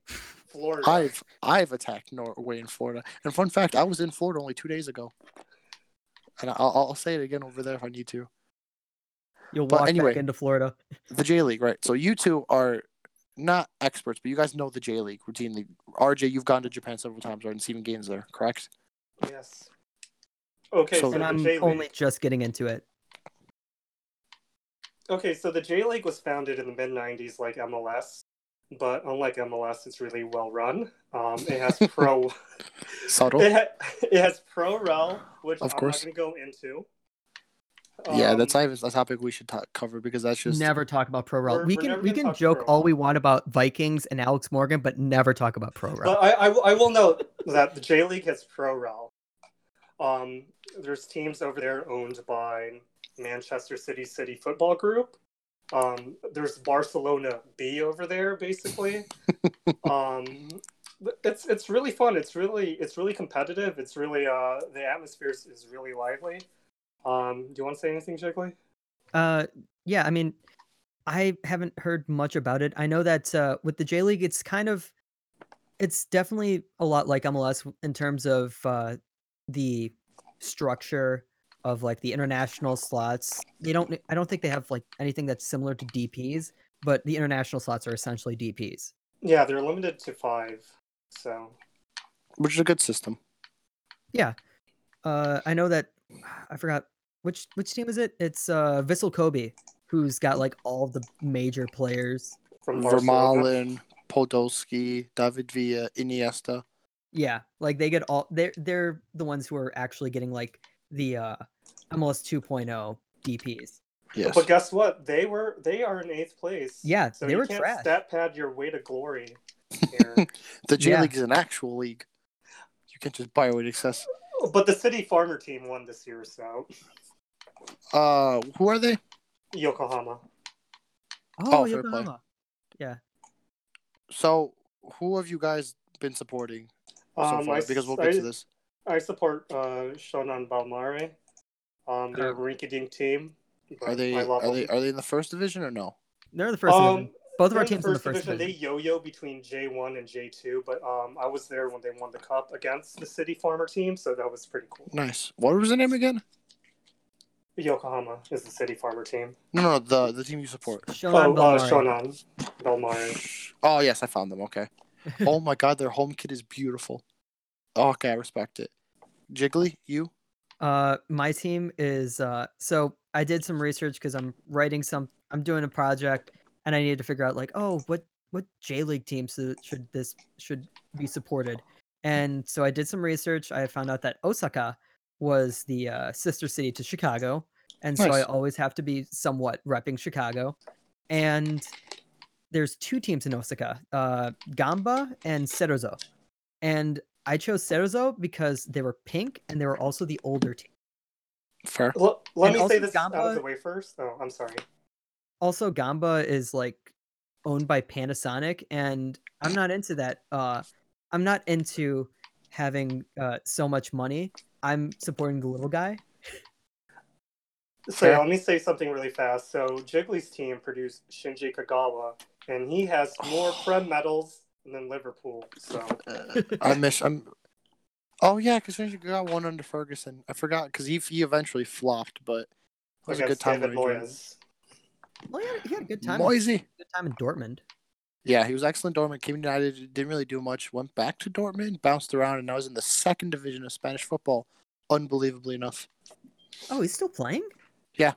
[SPEAKER 3] Florida.
[SPEAKER 2] I've I've attacked Norway and Florida. And fun fact, I was in Florida only two days ago. And I'll, I'll say it again over there if I need to.
[SPEAKER 1] You'll
[SPEAKER 2] But
[SPEAKER 1] walk
[SPEAKER 2] anyway.
[SPEAKER 1] back into Florida.
[SPEAKER 2] The J League, right? So you two are not experts, but you guys know the J League routinely. RJ, you've gone to Japan several times right, and seen games there, correct?
[SPEAKER 3] Yes. Okay,
[SPEAKER 2] So-
[SPEAKER 3] so,
[SPEAKER 1] And
[SPEAKER 3] the
[SPEAKER 1] I'm
[SPEAKER 3] J League.
[SPEAKER 1] only just getting into it.
[SPEAKER 3] Okay, so the J League was founded in the mid '90s, like MLS, but unlike MLS, it's really well run. Um, it has pro. <laughs>
[SPEAKER 2] Subtle.
[SPEAKER 3] it, ha- it has pro rel, which
[SPEAKER 2] Of
[SPEAKER 3] I'm
[SPEAKER 2] course.
[SPEAKER 3] not going to go into.
[SPEAKER 2] yeah,
[SPEAKER 3] Um,
[SPEAKER 2] that's not even a topic we should ta cover because that's just
[SPEAKER 1] never talk about pro rel.
[SPEAKER 3] We're-
[SPEAKER 1] We
[SPEAKER 3] we're
[SPEAKER 1] can
[SPEAKER 3] never
[SPEAKER 1] we
[SPEAKER 3] gonna
[SPEAKER 1] can
[SPEAKER 3] talk
[SPEAKER 1] joke
[SPEAKER 3] pro
[SPEAKER 1] all
[SPEAKER 3] rel.
[SPEAKER 1] we want about Vikings and Alex Morgan, but never talk about pro rel.
[SPEAKER 3] But I, I, will- I will note that the J League has pro rel. Um, there's teams over there owned by Manchester City City Football Group. Um, there's Barcelona B over
[SPEAKER 2] <laughs>
[SPEAKER 3] there, basically. um, it's it's really fun. It's really it's really competitive. It's really uh, the atmosphere is, is really lively. Um, do you want to say anything, Jiggly?
[SPEAKER 1] Uh, yeah, I mean, I haven't heard much about it. I know that uh, with the J League, it's kind of, it's definitely a lot like MLS w- in terms of uh, the structure of like the international slots. They don't, I don't think they have like anything that's similar to DPS, but the international slots are essentially DPS.
[SPEAKER 3] Yeah, they're limited to five. So
[SPEAKER 2] which is a good system.
[SPEAKER 1] Uh, I know that <sighs> I forgot which which team is it. It's uh, Vissel Kobe, who's got like all the major players.
[SPEAKER 3] from Barcelona,
[SPEAKER 2] Vermaelen, Podolski, David Villa, Iniesta.
[SPEAKER 1] Yeah, like they get all they're they're the ones who are actually getting like the uh MLS 2.0 DPs.
[SPEAKER 2] Yes.
[SPEAKER 3] But guess what? They were they are in eighth place.
[SPEAKER 1] Yeah,
[SPEAKER 3] so
[SPEAKER 1] they
[SPEAKER 3] you
[SPEAKER 1] were
[SPEAKER 3] can't
[SPEAKER 1] trash.
[SPEAKER 3] stat pad your way to glory. Here.
[SPEAKER 2] <laughs> The J
[SPEAKER 1] Yeah.
[SPEAKER 2] League is an actual league. You can't just buy away excess.
[SPEAKER 3] but the city farmer team won this year, so
[SPEAKER 2] Uh, who are they?
[SPEAKER 3] Yokohama.
[SPEAKER 1] Oh,
[SPEAKER 2] fair play.
[SPEAKER 1] Yokohama.
[SPEAKER 2] So, who have you guys been supporting so
[SPEAKER 3] Um,
[SPEAKER 2] far?
[SPEAKER 3] I,
[SPEAKER 2] because we'll
[SPEAKER 3] I,
[SPEAKER 2] get to this.
[SPEAKER 3] I support uh, Shonan Balmare. Um, they're a
[SPEAKER 1] Um,
[SPEAKER 3] rinky-dink team.
[SPEAKER 2] Are
[SPEAKER 3] but
[SPEAKER 2] they
[SPEAKER 3] I love
[SPEAKER 2] are they
[SPEAKER 3] them.
[SPEAKER 2] are they in the first division or no?
[SPEAKER 1] They're the first
[SPEAKER 3] um,
[SPEAKER 1] division. Both of
[SPEAKER 3] they're
[SPEAKER 1] our
[SPEAKER 3] in
[SPEAKER 1] teams in the first division.
[SPEAKER 3] They yo-yo between J1 and J2, but um, I was there when they won the cup against the city farmer team, so that was pretty cool.
[SPEAKER 2] Nice. What was the name again?
[SPEAKER 3] Yokohama is the city farmer team.
[SPEAKER 2] No, no, the the team you support.
[SPEAKER 1] Shonan
[SPEAKER 3] oh, uh,
[SPEAKER 1] Belmari.
[SPEAKER 3] Shonan Balmare.
[SPEAKER 2] Oh yes, I found them. Okay. oh my God, their home kit is beautiful. Oh, okay, I respect it. Jiggly, you?
[SPEAKER 1] Uh, my team is uh, so I did some research because I'm writing some. I'm doing a project, and I needed to figure out like, oh, what what J League teams should should this should be supported? And so I did some research. I found out that Osaka was the uh, sister city to Chicago, and so I
[SPEAKER 2] Nice.
[SPEAKER 1] always have to be somewhat repping Chicago. And there's two teams in Osaka, uh, Gamba and Serozo. And I chose Cerezo because they were pink and they were also the older team.
[SPEAKER 2] Fair.
[SPEAKER 3] L- let
[SPEAKER 1] And
[SPEAKER 3] me
[SPEAKER 1] also
[SPEAKER 3] say this out
[SPEAKER 1] Gamba-
[SPEAKER 3] of the way first. Oh, I'm sorry.
[SPEAKER 1] Also, Gamba is like owned by Panasonic, and I'm not into that. Uh, I'm not into having uh, so much money. I'm supporting the little guy.
[SPEAKER 3] So
[SPEAKER 2] Sure.
[SPEAKER 3] let me say something really fast. So Jiggly's team produced Shinji Kagawa, and he has more Prem medals than Liverpool. So
[SPEAKER 2] Uh, I miss. I'm. Oh yeah, because you got one under Ferguson. I forgot because he he eventually flopped, but it was a good
[SPEAKER 3] against
[SPEAKER 2] time.
[SPEAKER 3] David
[SPEAKER 2] when he joined.
[SPEAKER 3] Moyes.
[SPEAKER 1] Well, he had, he had a good time. in-
[SPEAKER 2] Moisey.
[SPEAKER 1] Good time in Dortmund.
[SPEAKER 2] Yeah, he was excellent. Dortmund came to United, didn't really do much. Went back to Dortmund, bounced around, and now is in the second division of Spanish football. Unbelievably enough,
[SPEAKER 1] Oh, he's still playing.
[SPEAKER 3] Yeah,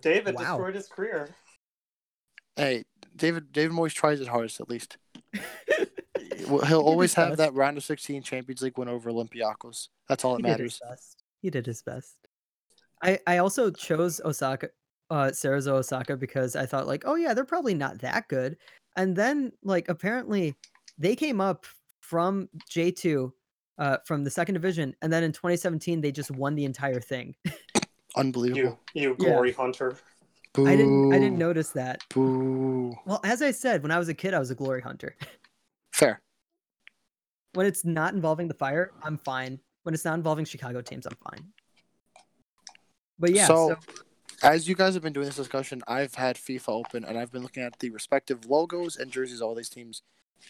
[SPEAKER 3] David
[SPEAKER 1] Wow.
[SPEAKER 3] destroyed his career.
[SPEAKER 2] hey, David David Moyes tries his hardest at least. Well,
[SPEAKER 1] He did
[SPEAKER 2] He'll always
[SPEAKER 1] his
[SPEAKER 2] have
[SPEAKER 1] best.
[SPEAKER 2] that round of sixteen Champions League win over Olympiacos. That's all that
[SPEAKER 1] He did his
[SPEAKER 2] matters.
[SPEAKER 1] best. He did his best. I I also chose Osaka, uh, Cerezo Osaka because I thought like, oh yeah, they're probably not that good. And then like apparently they came up from J two, uh, from the second division, and then in 2017 they just won the entire thing.
[SPEAKER 2] Unbelievable.
[SPEAKER 3] You, you
[SPEAKER 1] Yeah.
[SPEAKER 3] glory hunter.
[SPEAKER 2] Boo.
[SPEAKER 1] I didn't I didn't notice that.
[SPEAKER 2] Boo.
[SPEAKER 1] Well, as I said, when I was a kid, I was a glory hunter.
[SPEAKER 2] Fair.
[SPEAKER 1] When it's not involving the fire, I'm fine. When it's not involving Chicago teams, I'm fine. But yeah,
[SPEAKER 2] So-
[SPEAKER 1] so,
[SPEAKER 2] As you guys have been doing this discussion, I've had FIFA open and I've been looking at the respective logos and jerseys of all these teams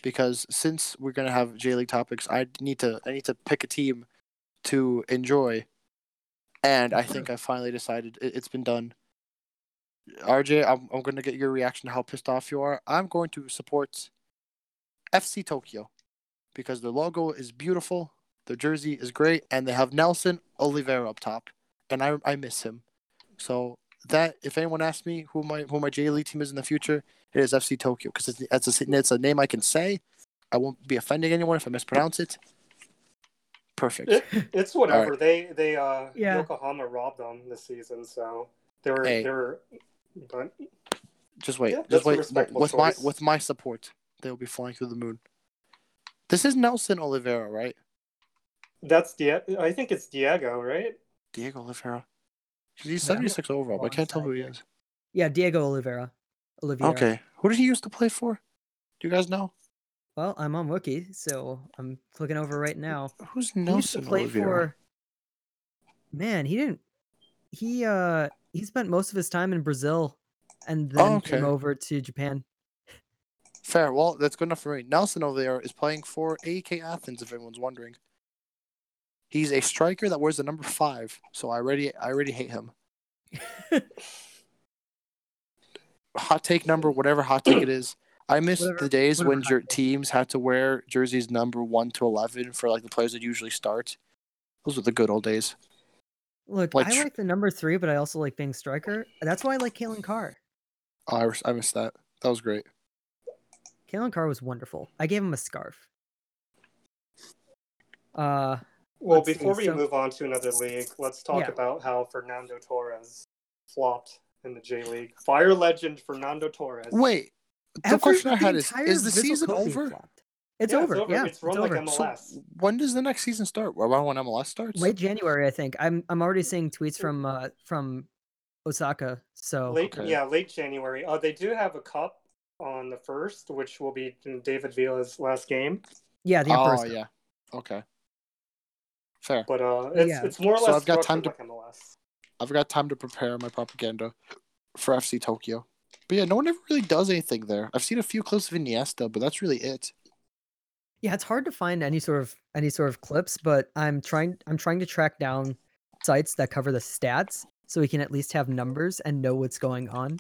[SPEAKER 2] because since we're gonna have J League topics, I need to I need to pick a team to enjoy, and I think I finally decided it, it's been done. RJ, I'm I'm gonna get your reaction to how pissed off you are. I'm going to support FC Tokyo because their logo is beautiful, their jersey is great, and they have Nelson Oliveira up top, and I I miss him. So that if anyone asks me who my who my J League team is in the future, it is FC Tokyo because it's that's a it's a name I can say. I won't be offending anyone if I mispronounce it. Perfect.
[SPEAKER 3] It's whatever. They they uh
[SPEAKER 1] Yeah.
[SPEAKER 3] Yokohama robbed them this season, so they were
[SPEAKER 2] Hey.
[SPEAKER 3] they were but
[SPEAKER 2] Just wait.
[SPEAKER 3] Yeah, that's
[SPEAKER 2] just
[SPEAKER 3] a
[SPEAKER 2] wait.
[SPEAKER 3] respectable
[SPEAKER 2] With my
[SPEAKER 3] choice.
[SPEAKER 2] with my support, they will be flying through the moon. This is Nelson Oliveira, right?
[SPEAKER 3] that's Di- I think it's Diego, right?
[SPEAKER 2] Diego Oliveira. 'Cause He's
[SPEAKER 1] Yeah, I'm
[SPEAKER 2] seventy six overall, but I can't tell who he is.
[SPEAKER 1] yeah, Diego Oliveira. Oliveira.
[SPEAKER 2] Okay, who did he used to play for? Do you guys know
[SPEAKER 1] Well, I'm on Wookiee, so I'm clicking over right now.
[SPEAKER 2] who's
[SPEAKER 1] He used to
[SPEAKER 2] Nelson
[SPEAKER 1] play for.
[SPEAKER 2] Oliveira?
[SPEAKER 1] Man, he didn't. He uh he spent most of his time in Brazil, and then
[SPEAKER 2] okay.
[SPEAKER 1] came over to Japan.
[SPEAKER 2] Fair. Well, that's good enough for me. Nelson over there is playing for AK Athens, if anyone's wondering. He's a striker that wears the number five, so I already I already
[SPEAKER 1] <laughs>
[SPEAKER 2] hate him. hot take number, whatever hot take it is. I miss
[SPEAKER 1] Whatever-
[SPEAKER 2] the days
[SPEAKER 1] whatever
[SPEAKER 2] when
[SPEAKER 1] hot
[SPEAKER 2] jer-
[SPEAKER 1] take.
[SPEAKER 2] teams had to wear jerseys number one to eleven for like the players that usually start. Those were the good old days.
[SPEAKER 1] Look,
[SPEAKER 2] Like
[SPEAKER 1] I
[SPEAKER 2] tr-
[SPEAKER 1] like the number three, but I also like being striker. That's why I like Kalen Carr.
[SPEAKER 2] Oh, I, res- I miss that. That was great.
[SPEAKER 1] Kalen Carr was wonderful. I gave him a scarf. Uh,
[SPEAKER 3] Well,
[SPEAKER 1] Let's see,
[SPEAKER 3] before we
[SPEAKER 1] so-
[SPEAKER 3] move on to another league, let's talk
[SPEAKER 1] Yeah.
[SPEAKER 3] about how Fernando Torres flopped in the J League. Fire legend Fernando Torres.
[SPEAKER 2] Wait, the
[SPEAKER 1] every-
[SPEAKER 2] question I had is:
[SPEAKER 1] entire
[SPEAKER 2] Is the
[SPEAKER 1] Vissel
[SPEAKER 2] season
[SPEAKER 1] Kobe
[SPEAKER 2] over?
[SPEAKER 1] flopped. It's
[SPEAKER 3] Yeah,
[SPEAKER 1] over. Yeah,
[SPEAKER 3] it's run like
[SPEAKER 1] over.
[SPEAKER 2] So
[SPEAKER 3] MLS.
[SPEAKER 2] when does the next season start? Around when MLS starts?
[SPEAKER 1] Late January, I think. I'm I'm already seeing tweets from uh from Osaka. So
[SPEAKER 3] late,
[SPEAKER 2] okay.
[SPEAKER 3] yeah, late January. Uh, they do have a cup on the first, which will be David Villa's last game.
[SPEAKER 1] yeah, the Emperor's
[SPEAKER 2] oh
[SPEAKER 1] Cup.
[SPEAKER 2] yeah. Okay. Fair.
[SPEAKER 3] But uh, it's
[SPEAKER 1] Yeah.
[SPEAKER 3] it's more or
[SPEAKER 2] So
[SPEAKER 3] less
[SPEAKER 2] I've got time
[SPEAKER 3] structured like MLS.
[SPEAKER 2] I've got time to prepare my propaganda for FC Tokyo. But yeah, no one ever really does anything there. I've seen a few clips of Iniesta, but that's really it.
[SPEAKER 1] Yeah, it's hard to find any sort of any sort of clips, but I'm trying I'm trying to track down sites that cover the stats so we can at least have numbers and know what's going on.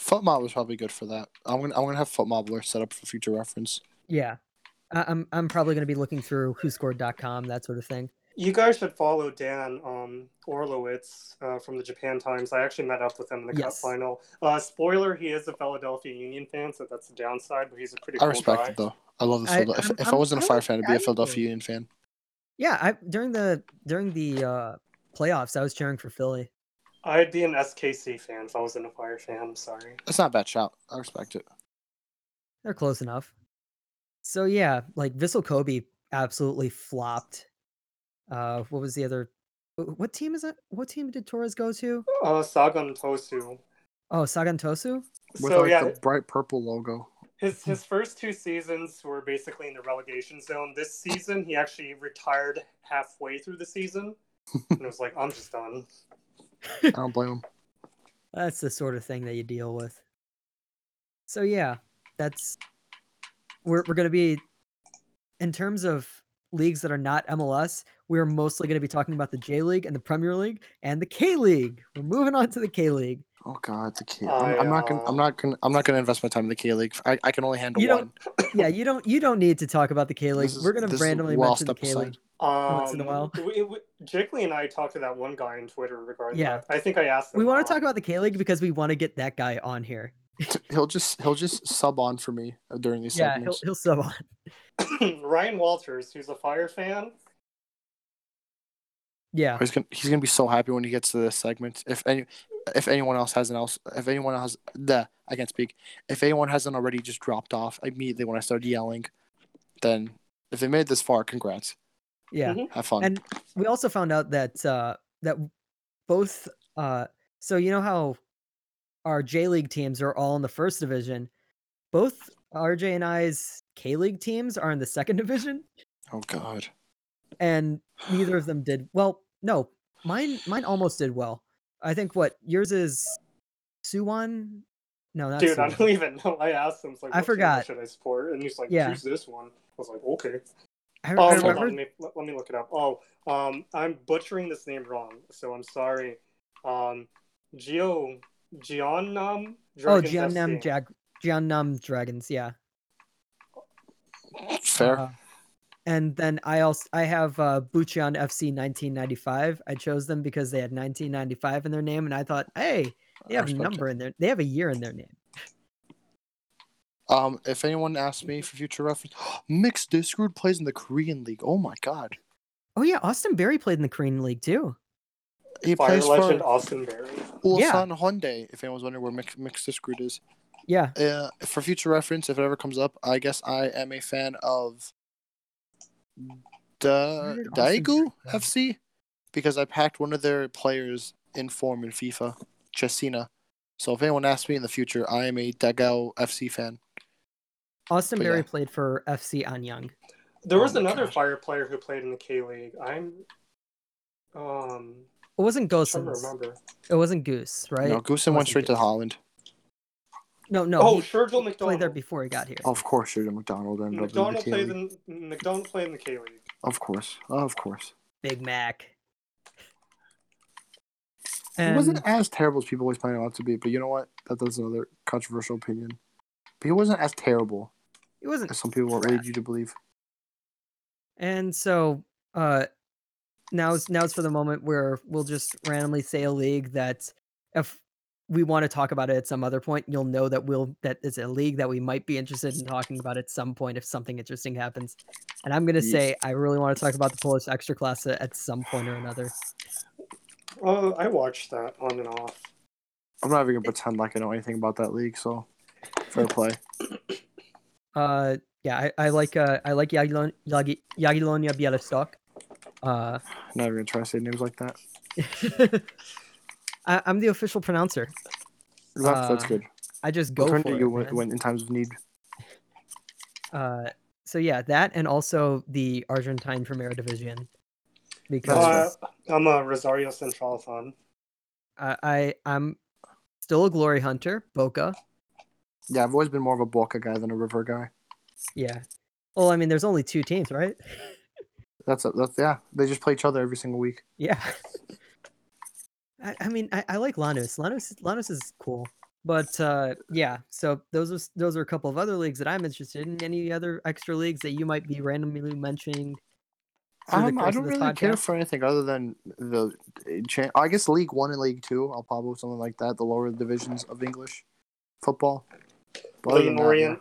[SPEAKER 2] Footmob is probably good for that. I'm gonna I'm gonna have Footmobler set up for future reference.
[SPEAKER 1] Yeah. I- I'm I'm probably going to be looking through whoscored.com that sort of thing.
[SPEAKER 3] You guys should follow Dan um, Orlowitz uh, from the Japan Times. I actually met up with him in the cup
[SPEAKER 1] Yes.
[SPEAKER 3] final. Uh, spoiler: He is a Philadelphia Union fan, so that's the downside. But he's a
[SPEAKER 2] I
[SPEAKER 3] pretty cool
[SPEAKER 2] respect
[SPEAKER 3] guy.
[SPEAKER 2] it though. I love this.
[SPEAKER 1] I-
[SPEAKER 2] Philadelphia. if
[SPEAKER 1] I'm-
[SPEAKER 2] if I
[SPEAKER 1] I'm-
[SPEAKER 2] wasn't a
[SPEAKER 1] I
[SPEAKER 2] Fire
[SPEAKER 1] like
[SPEAKER 2] fan, I'd
[SPEAKER 1] that
[SPEAKER 2] be a
[SPEAKER 1] either.
[SPEAKER 2] Philadelphia Union fan.
[SPEAKER 1] Yeah, I during the during the uh playoffs I was cheering for Philly.
[SPEAKER 3] I'd be an SKC fan if I wasn't a Fire fan. I'm sorry.
[SPEAKER 2] That's not a bad shout. I respect it.
[SPEAKER 1] They're close enough. So yeah, like Vissel Kobe absolutely flopped. Uh what was the other wh- what team is it? What team did Torres go to?
[SPEAKER 3] Uh, Sagan Tosu.
[SPEAKER 1] Oh, Sagan Tosu?
[SPEAKER 2] With
[SPEAKER 3] So
[SPEAKER 2] like
[SPEAKER 3] yeah,
[SPEAKER 2] the bright purple logo.
[SPEAKER 3] his his
[SPEAKER 1] Hmm.
[SPEAKER 3] first two seasons were basically in the relegation zone. This season, he actually retired halfway through
[SPEAKER 1] <laughs>
[SPEAKER 3] the season, and was like, "I'm just done."
[SPEAKER 2] I don't blame him.
[SPEAKER 1] That's the sort of thing that you deal with. So yeah, that's we're we're gonna be in terms of leagues that are not MLS, we're mostly gonna be talking about the J League and the Premier League and the K League. We're moving on to the K League.
[SPEAKER 2] Oh god, the K.
[SPEAKER 3] I,
[SPEAKER 2] I'm, I'm not gonna. I'm
[SPEAKER 3] uh,
[SPEAKER 2] not gonna. I'm not gonna invest my time in the K League. I, I can only handle
[SPEAKER 1] You don't-
[SPEAKER 2] one.
[SPEAKER 1] Yeah, you don't you don't need to talk about the K League.
[SPEAKER 2] This is-
[SPEAKER 1] We're gonna
[SPEAKER 2] this is
[SPEAKER 1] randomly
[SPEAKER 2] lost
[SPEAKER 1] mention the K
[SPEAKER 2] episode.
[SPEAKER 1] League.
[SPEAKER 3] Um,
[SPEAKER 1] Once in a while.
[SPEAKER 3] we- we- Jiggly and I talked to that one guy on Twitter regarding
[SPEAKER 1] Yeah.
[SPEAKER 3] that. I think I asked.
[SPEAKER 1] We
[SPEAKER 3] him,
[SPEAKER 1] want
[SPEAKER 3] uh,
[SPEAKER 1] to talk about the K League because we want to get that guy on here.
[SPEAKER 2] <laughs> He'll just he'll just sub on for me uh, during these
[SPEAKER 1] Yeah, he'll
[SPEAKER 2] segments.
[SPEAKER 1] he'll sub on. <laughs>
[SPEAKER 3] <clears throat> Ryan Walters, who's a Fire fan.
[SPEAKER 1] Yeah.
[SPEAKER 2] He's gonna he's gonna be so happy when he gets to this segment. If any if anyone else hasn't else if anyone else the I can't speak. If anyone hasn't already just dropped off immediately when I started yelling, then if they made it this far, congrats.
[SPEAKER 1] Yeah.
[SPEAKER 3] Mhm.
[SPEAKER 2] Have fun.
[SPEAKER 1] And we also found out that uh, that both Uh, so you know how our J League teams are all in the first division. Both RJ and I's K League teams are in the second <laughs> division,
[SPEAKER 2] Oh God.
[SPEAKER 1] and neither of them did well. No, mine mine almost did well. I think what yours is Suwon. No, not
[SPEAKER 3] Dude, I
[SPEAKER 1] Suwon.
[SPEAKER 3] don't even know. I asked him, it's like,
[SPEAKER 1] I
[SPEAKER 3] what team
[SPEAKER 1] forgot.
[SPEAKER 3] Should I support? And he's like,
[SPEAKER 1] Yeah.
[SPEAKER 3] choose this one. I was like, okay.
[SPEAKER 1] I,
[SPEAKER 3] Oh,
[SPEAKER 1] I
[SPEAKER 3] hold on. Let
[SPEAKER 1] remember.
[SPEAKER 3] me, let, let me look it up. Oh, um, I'm butchering this name wrong, so I'm sorry. Um, Geo Gionam
[SPEAKER 1] Oh,
[SPEAKER 3] Dragon
[SPEAKER 1] Jeonnam Jag Jeonnam Dragons. Yeah.
[SPEAKER 2] Fair.
[SPEAKER 1] Uh, and then I also I have uh, Bucheon FC 1995. I chose them because they had 1995 in their name, and I thought, hey, they
[SPEAKER 2] I
[SPEAKER 1] have a
[SPEAKER 2] respect
[SPEAKER 1] number in their, they have a year in their name.
[SPEAKER 2] it. Um, if anyone asks me for future reference, <gasps> Mixed Discord plays in the Korean League. Oh my God.
[SPEAKER 1] Oh yeah, Austin Berry played in the Korean League too.
[SPEAKER 2] He
[SPEAKER 3] Fire
[SPEAKER 2] plays
[SPEAKER 3] Legend
[SPEAKER 2] for
[SPEAKER 3] Austin Berry.
[SPEAKER 1] Yeah.
[SPEAKER 2] Ulsan Hyundai. If anyone's wondering where Mix, Mixed Discord is,
[SPEAKER 1] Yeah,
[SPEAKER 2] uh, for future reference, if it ever comes up, I guess I am a fan of da-
[SPEAKER 1] Where did Austin Creed
[SPEAKER 2] Daegu
[SPEAKER 1] go?
[SPEAKER 2] FC because I packed one of their players in form in FIFA, Chesina. So if anyone asks me in the future, I am a Daegu FC fan.
[SPEAKER 1] Austin
[SPEAKER 2] But
[SPEAKER 1] Berry
[SPEAKER 2] yeah.
[SPEAKER 1] played for FC Anyang.
[SPEAKER 3] There
[SPEAKER 2] Oh
[SPEAKER 3] was
[SPEAKER 2] my
[SPEAKER 3] another
[SPEAKER 2] gosh.
[SPEAKER 3] Fire player who played in the K League. I'm um
[SPEAKER 1] It wasn't
[SPEAKER 3] trying to
[SPEAKER 1] Gosens.
[SPEAKER 3] remember.
[SPEAKER 1] It wasn't Goose, right?
[SPEAKER 2] No,
[SPEAKER 1] No,
[SPEAKER 2] Goosen went
[SPEAKER 1] Wasn't
[SPEAKER 2] straight to
[SPEAKER 1] Goose.
[SPEAKER 2] Holland.
[SPEAKER 1] no, he
[SPEAKER 3] oh, Sturgill
[SPEAKER 1] played
[SPEAKER 3] McDonald.
[SPEAKER 2] oh.
[SPEAKER 1] there before he got here.
[SPEAKER 2] Of course, you're McDonald ended up in the
[SPEAKER 3] Mm, McDonald
[SPEAKER 2] K
[SPEAKER 3] played
[SPEAKER 2] League.
[SPEAKER 3] in McDonald played in the K League.
[SPEAKER 2] Of course, of course.
[SPEAKER 1] Big Mac.
[SPEAKER 2] It wasn't
[SPEAKER 1] And-
[SPEAKER 2] as terrible as people always find it out to be, but you know what? That, that's another controversial opinion. But he wasn't as terrible
[SPEAKER 1] it wasn't
[SPEAKER 2] as some people want
[SPEAKER 1] trash.
[SPEAKER 2] lead you to believe.
[SPEAKER 1] And so uh now's now's for the moment where we'll just randomly say a league that if we want to talk about it at some other point, you'll know that we'll that it's a league that we might be interested in talking about at some point if something interesting happens. And I'm gonna
[SPEAKER 2] Yes.
[SPEAKER 1] say I really want to talk about the Polish Ekstraklasa at some point or another.
[SPEAKER 3] Oh, I watched that on and off.
[SPEAKER 2] I'm not even gonna pretend like I know anything about that league, so fair play.
[SPEAKER 1] Uh yeah, I, I like uh I like Jagiellon- Jagi- Jagiellonia Białystok. Uh <laughs>
[SPEAKER 2] I'm not even gonna try to say names like that.
[SPEAKER 1] I, I'm the official pronouncer.
[SPEAKER 2] That's, that's
[SPEAKER 1] Uh,
[SPEAKER 2] good.
[SPEAKER 1] I just go
[SPEAKER 2] We'll turn
[SPEAKER 1] for
[SPEAKER 2] to
[SPEAKER 1] it,
[SPEAKER 2] you when,
[SPEAKER 1] man.
[SPEAKER 2] when in times of need.
[SPEAKER 1] Uh, so yeah, that and also the Argentine Primera Division,
[SPEAKER 2] That's
[SPEAKER 1] because
[SPEAKER 3] Uh, I'm a Rosario Central fan.
[SPEAKER 1] I, I I'm still a glory hunter, Boca.
[SPEAKER 2] Yeah, I've always been more of a Boca guy than a River guy.
[SPEAKER 1] Yeah. Well, I mean, there's only two teams, right? <laughs>
[SPEAKER 2] That's a, that's yeah. They just play each other every single week.
[SPEAKER 1] Yeah. I, I mean, I, I like Lanus. Lanus Lanus is cool, but uh, yeah. So those are s- those are a couple of other leagues that I'm interested in. Any other extra leagues that you might be randomly mentioning? through the
[SPEAKER 2] Um, I
[SPEAKER 1] course of
[SPEAKER 2] don't
[SPEAKER 1] this
[SPEAKER 2] really care
[SPEAKER 1] podcast?
[SPEAKER 2] for anything other than the cha- I guess League One and League Two. I'll probably something like that. The lower divisions of English football. But other
[SPEAKER 3] Lean
[SPEAKER 2] than that,
[SPEAKER 3] Orient.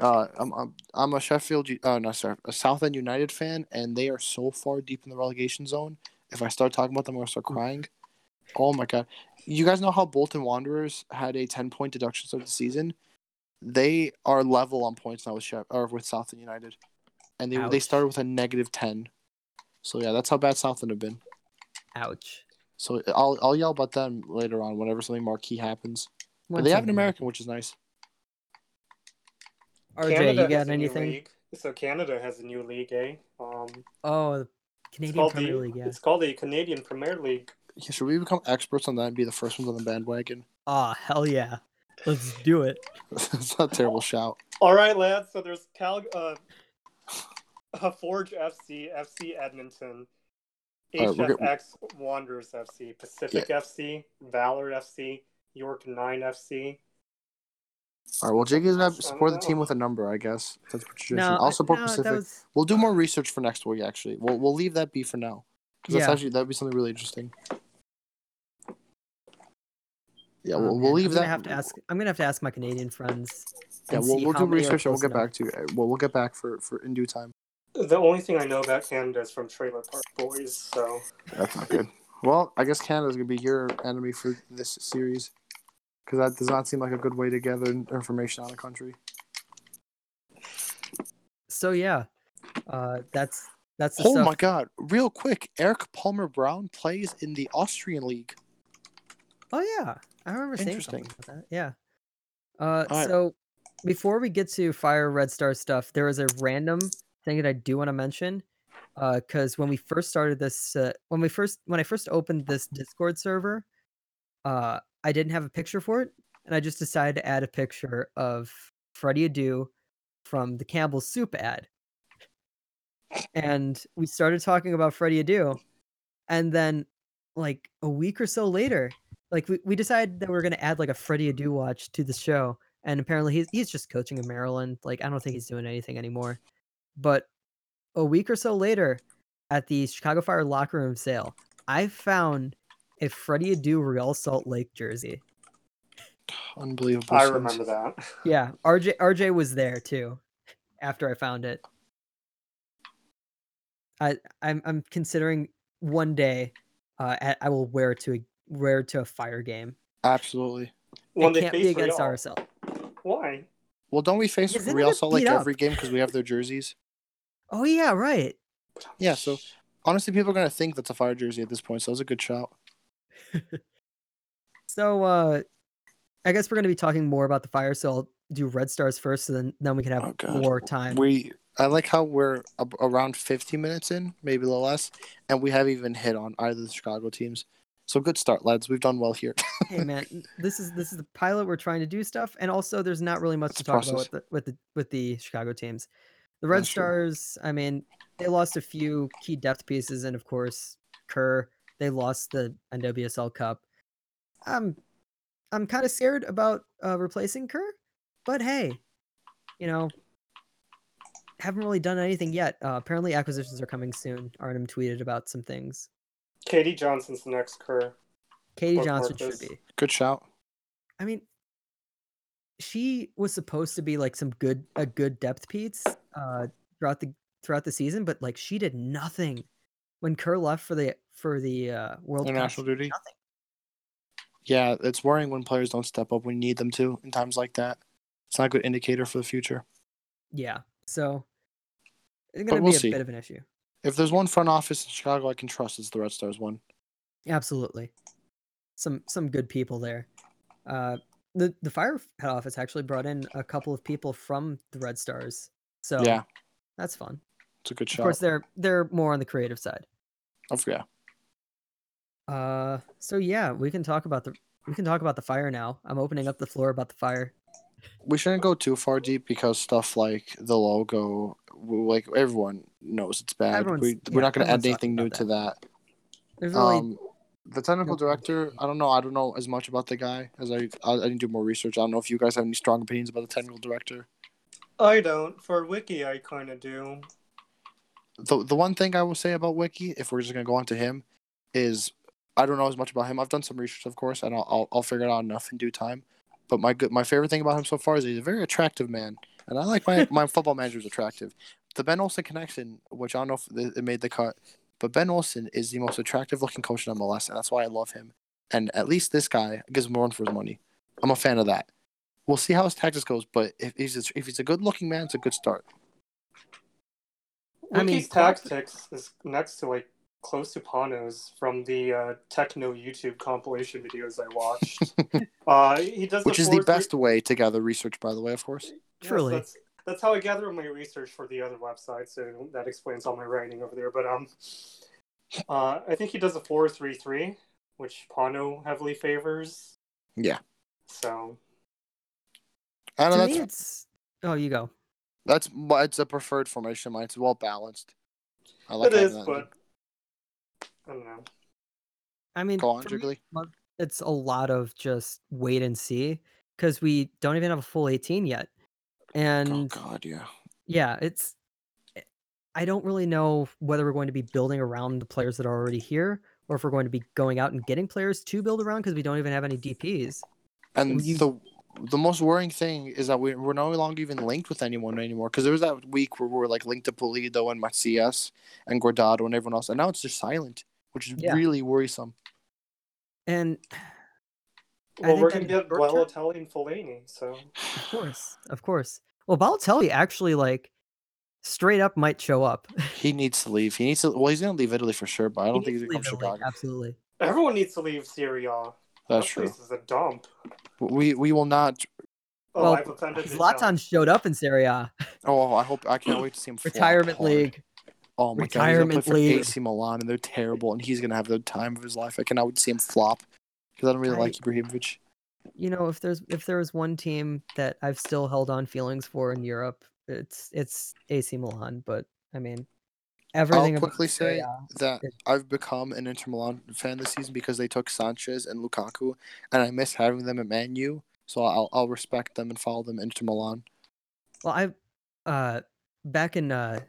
[SPEAKER 2] uh, I'm, I'm I'm a Sheffield. U- Oh no, sorry, a South End United fan, and they are so far deep in the relegation zone. If I start talking about them, I'm gonna start crying. Oh my god! You guys know how Bolton Wanderers had a ten point deduction start of the season. They are level on points now with Shef- or with South End United, and they they
[SPEAKER 1] Ouch.
[SPEAKER 2] started with a negative ten. So yeah, that's how bad South End have been.
[SPEAKER 1] Ouch.
[SPEAKER 2] So I'll I'll yell about them later on whenever something marquee happens. But
[SPEAKER 1] One
[SPEAKER 2] they have an
[SPEAKER 1] second.
[SPEAKER 2] American, which is nice.
[SPEAKER 1] RJ, you
[SPEAKER 3] has
[SPEAKER 1] got
[SPEAKER 3] a new
[SPEAKER 1] anything?
[SPEAKER 3] league. So Canada has a new league, eh? Um,
[SPEAKER 1] Oh, the
[SPEAKER 3] it's
[SPEAKER 1] Canadian
[SPEAKER 3] called
[SPEAKER 1] Premier
[SPEAKER 3] the
[SPEAKER 1] League. Yeah.
[SPEAKER 3] it's called the Canadian Premier League.
[SPEAKER 2] Yeah, should we become experts on that and be the first ones on the bandwagon?
[SPEAKER 1] Ah, hell yeah. Let's do it.
[SPEAKER 2] <laughs> That's not a terrible shout.
[SPEAKER 3] All right, lads. So there's Cal, uh, <laughs> uh, Forge FC, FC Edmonton,
[SPEAKER 2] All right, we're
[SPEAKER 3] HFX Wanderers FC, Pacific FC, Valor FC, York Nine FC.
[SPEAKER 2] All right, well, Jake is gonna have
[SPEAKER 3] I
[SPEAKER 2] support the
[SPEAKER 3] don't
[SPEAKER 2] team
[SPEAKER 3] know.
[SPEAKER 2] with a number, I guess. That's what you're
[SPEAKER 1] No,
[SPEAKER 2] I'll
[SPEAKER 1] I-
[SPEAKER 2] support
[SPEAKER 1] no, that
[SPEAKER 2] Pacific.
[SPEAKER 1] was-
[SPEAKER 2] We'll do more research for next week. Actually, we'll we'll leave that be for now because that's
[SPEAKER 1] Yeah.
[SPEAKER 2] actually that'd be something really interesting. Yeah,
[SPEAKER 1] oh,
[SPEAKER 2] we'll,
[SPEAKER 1] man,
[SPEAKER 2] we'll leave
[SPEAKER 1] I'm
[SPEAKER 2] that.
[SPEAKER 1] Gonna have to ask, I'm going to have to ask my Canadian friends.
[SPEAKER 2] yeah,
[SPEAKER 1] and
[SPEAKER 2] we'll,
[SPEAKER 1] see
[SPEAKER 2] we'll
[SPEAKER 1] how
[SPEAKER 2] do
[SPEAKER 1] many are
[SPEAKER 2] research and we'll
[SPEAKER 1] close
[SPEAKER 2] get back to you. Uh, Well, we'll get back for for in due time.
[SPEAKER 3] The only thing I know about Canada is from Trailer Park Boys. So
[SPEAKER 2] That's not good. Well, I guess Canada's gonna be your enemy for this series because that does not seem like a good way to gather information on a country.
[SPEAKER 1] So, yeah, uh, that's that's the
[SPEAKER 2] Oh
[SPEAKER 1] stuff.
[SPEAKER 2] my God! Real quick, Eric Palmer Brown plays in the Austrian league.
[SPEAKER 1] Oh yeah, I remember seeing something
[SPEAKER 2] Interesting.
[SPEAKER 1] about that. Yeah. Uh,
[SPEAKER 2] All right.
[SPEAKER 1] so before we get to Fire Red Star stuff, there is a random thing that I do want to mention. Because when we first started this, uh, when we first when I first opened this Discord server, uh, I didn't have a picture for it, and I just decided to add a picture of Freddie Adu from the Campbell's Soup ad. And we started talking about Freddie Adu, and then like a week or so later, like we, we decided that we are gonna add like a Freddie Adu watch to the show, and apparently he's he's just coaching in Maryland. Like I don't think he's doing anything anymore. But a week or so later, at the Chicago Fire locker room sale, I found a Freddie Adu Real Salt Lake jersey.
[SPEAKER 2] Unbelievable.
[SPEAKER 3] I
[SPEAKER 2] scenes.
[SPEAKER 3] remember that.
[SPEAKER 1] Yeah, RJ RJ was there too. After I found it, I I'm I'm considering one day, uh, I, I will wear it to a wear it to a fire game.
[SPEAKER 2] Absolutely.
[SPEAKER 3] When
[SPEAKER 1] it
[SPEAKER 3] they
[SPEAKER 1] can't
[SPEAKER 3] face
[SPEAKER 1] be against
[SPEAKER 3] Real.
[SPEAKER 1] RSL.
[SPEAKER 3] Why?
[SPEAKER 2] Well, don't we face
[SPEAKER 1] Isn't
[SPEAKER 2] Real
[SPEAKER 1] it
[SPEAKER 2] Salt Lake
[SPEAKER 1] beat up?
[SPEAKER 2] every game because we have their jerseys?
[SPEAKER 1] Oh yeah, right.
[SPEAKER 2] Yeah, so honestly, people are going to think that's a fire jersey at this point, so that's a good shout.
[SPEAKER 1] So uh I guess we're gonna be talking more about the fire, so I'll do Red Stars first, so then, then we can have
[SPEAKER 2] Oh, God.
[SPEAKER 1] more time.
[SPEAKER 2] We, I like how we're ab- around 50 minutes in, maybe a little less, and we haven't even hit on either of the Chicago teams. So good start, lads. We've done well here. <laughs>
[SPEAKER 1] hey man, this is this is the pilot we're trying to do stuff, and also there's not really much
[SPEAKER 2] It's
[SPEAKER 1] to
[SPEAKER 2] a
[SPEAKER 1] talk
[SPEAKER 2] process.
[SPEAKER 1] about with the with the with the Chicago teams. The Red
[SPEAKER 2] That's true.
[SPEAKER 1] Stars, I mean, they lost a few key depth pieces, and of course Kerr. They lost the NWSL Cup. I'm I'm kind of scared about uh, replacing Kerr, but hey, you know, haven't really done anything yet. Uh, apparently, acquisitions are coming soon. Arnim tweeted about some things.
[SPEAKER 3] Katie Johnson's the next Kerr.
[SPEAKER 1] Katie
[SPEAKER 3] Mark
[SPEAKER 1] Johnson should
[SPEAKER 3] Marcus.
[SPEAKER 1] be.
[SPEAKER 2] Good shout.
[SPEAKER 1] I mean, she was supposed to be like some good a good depth piece uh, throughout the throughout the season, but like she did nothing when Kerr left for the for the uh, World Cup.
[SPEAKER 2] International duty. Yeah, it's worrying when players don't step up when you need them to in times like that. It's not a good indicator for the future.
[SPEAKER 1] Yeah, so it's going to
[SPEAKER 2] we'll
[SPEAKER 1] be a
[SPEAKER 2] see.
[SPEAKER 1] bit of an issue.
[SPEAKER 2] If there's one front office in Chicago I can trust, it's the Red Stars one.
[SPEAKER 1] Absolutely, some some good people there. Uh, the the fire head office actually brought in a couple of people from the Red Stars, so
[SPEAKER 2] Yeah,
[SPEAKER 1] that's fun.
[SPEAKER 2] it's a good
[SPEAKER 1] Of
[SPEAKER 2] shout.
[SPEAKER 1] course, they're they're more on the creative side.
[SPEAKER 2] Of- yeah.
[SPEAKER 1] Uh, so yeah, we can talk about the we can talk about the fire now. I'm opening up the floor about the fire.
[SPEAKER 2] we shouldn't go too far deep because stuff like the logo, w- like everyone knows it's bad.
[SPEAKER 1] Everyone's-
[SPEAKER 2] we, we're
[SPEAKER 1] yeah,
[SPEAKER 2] not going to add
[SPEAKER 1] everyone's
[SPEAKER 2] anything new
[SPEAKER 1] talking
[SPEAKER 2] to that.
[SPEAKER 1] There's really
[SPEAKER 2] Um, the technical director, I don't know. I don't know as much about the guy as I. I, I need to do more research. I don't know if you guys have any strong opinions about the technical director.
[SPEAKER 3] I don't. For Wiki, I kind of do.
[SPEAKER 2] The the one thing I will say about Wiki, if we're just going to go on to him, is I don't know as much about him. I've done some research, of course, and I'll I'll, I'll figure it out enough in due time. But my good, my favorite thing about him so far is he's a very attractive man, and I like my my football manager's attractive. The Ben Olsen connection, which I don't know if th- it made the cut, but Ben Olsen is the most attractive looking coach in MLS, and that's why I love him. And at least this guy gives more for his money. I'm a fan of that. We'll see how his tactics goes, but if he's a, if he's a good looking man, it's a good start.
[SPEAKER 1] I mean,
[SPEAKER 3] Wiki's
[SPEAKER 1] Clark-
[SPEAKER 3] tactics is next to like close to Pano's from the uh, techno YouTube compilation videos I
[SPEAKER 2] <laughs>
[SPEAKER 3] watched. uh, he does,
[SPEAKER 2] Which
[SPEAKER 3] the
[SPEAKER 2] is the
[SPEAKER 3] four three-
[SPEAKER 2] best way to gather research, by the way, of course.
[SPEAKER 3] Yes,
[SPEAKER 1] Truly.
[SPEAKER 3] that's, that's how I gather my research for the other website, so that explains all my writing over there. But um, uh, I think he does a four three three, which Pano heavily favors.
[SPEAKER 2] Yeah.
[SPEAKER 3] So
[SPEAKER 2] I
[SPEAKER 1] to
[SPEAKER 2] don't know.
[SPEAKER 1] me,
[SPEAKER 2] That's,
[SPEAKER 1] it's oh, you go.
[SPEAKER 2] that's my- it's a preferred formation of mine. It's well balanced. I
[SPEAKER 3] it
[SPEAKER 2] having
[SPEAKER 3] is,
[SPEAKER 2] that.
[SPEAKER 3] but I don't know.
[SPEAKER 1] I mean,
[SPEAKER 2] Go on,
[SPEAKER 1] for me,
[SPEAKER 2] Jiggly.
[SPEAKER 1] it's a lot of just wait and see because we don't even have a full 18 yet,
[SPEAKER 2] Oh
[SPEAKER 1] and
[SPEAKER 2] God, yeah.
[SPEAKER 1] yeah, it's. I- I don't really know whether we're going to be building around the players that are already here, or if we're going to be going out and getting players to build around because we don't even have any DPS.
[SPEAKER 2] And
[SPEAKER 1] You-
[SPEAKER 2] the the most worrying thing is that we, we're no longer even linked with anyone anymore. Because there was that week where we were like linked to Pulido and Macias and Guardado and everyone else, and now it's just silent, which is
[SPEAKER 1] Yeah. <laughs>
[SPEAKER 2] really worrisome.
[SPEAKER 1] And I
[SPEAKER 3] Well,
[SPEAKER 1] think
[SPEAKER 3] we're
[SPEAKER 1] that
[SPEAKER 3] gonna
[SPEAKER 1] in the
[SPEAKER 3] get
[SPEAKER 1] short
[SPEAKER 3] well
[SPEAKER 1] term-
[SPEAKER 3] Italian Fellaini, so
[SPEAKER 1] Of course, of course. Well, Balotelli actually like straight up might show up. <laughs>
[SPEAKER 2] He needs to leave. He needs to. Well, he's gonna leave Italy for sure, but I don't
[SPEAKER 1] He
[SPEAKER 2] think
[SPEAKER 1] needs
[SPEAKER 2] he's gonna
[SPEAKER 1] to
[SPEAKER 2] come to
[SPEAKER 1] leave Italy,
[SPEAKER 2] Chicago.
[SPEAKER 1] Absolutely.
[SPEAKER 3] everyone needs to leave Syria.
[SPEAKER 2] That's
[SPEAKER 3] That
[SPEAKER 2] true.
[SPEAKER 3] Place is a dump.
[SPEAKER 2] We we will not.
[SPEAKER 3] Oh,
[SPEAKER 1] Well,
[SPEAKER 3] I've offended. the
[SPEAKER 1] Zlatan showed up in Serie
[SPEAKER 2] <laughs>
[SPEAKER 1] A.
[SPEAKER 2] Oh, I hope I can't wait to see him. flop
[SPEAKER 1] Retirement
[SPEAKER 2] hard.
[SPEAKER 1] league.
[SPEAKER 2] Oh my
[SPEAKER 1] Retirement
[SPEAKER 2] god, he's gonna play
[SPEAKER 1] league.
[SPEAKER 2] for AC Milan and they're terrible, and he's gonna have the time of his life. I cannot wait to see him flop because I don't really
[SPEAKER 1] I-
[SPEAKER 2] like Ibrahimovic.
[SPEAKER 1] You know, if there's if there was one team that I've still held on feelings for in Europe, it's it's AC Milan. But I mean, everything. about
[SPEAKER 2] quickly
[SPEAKER 1] Serie
[SPEAKER 2] say-
[SPEAKER 1] A-
[SPEAKER 2] That I've become an Inter Milan fan this season because they took Sanchez and Lukaku, and I miss having them at Man U. So I'll I'll respect them and follow them into Milan.
[SPEAKER 1] Well, I uh back in uh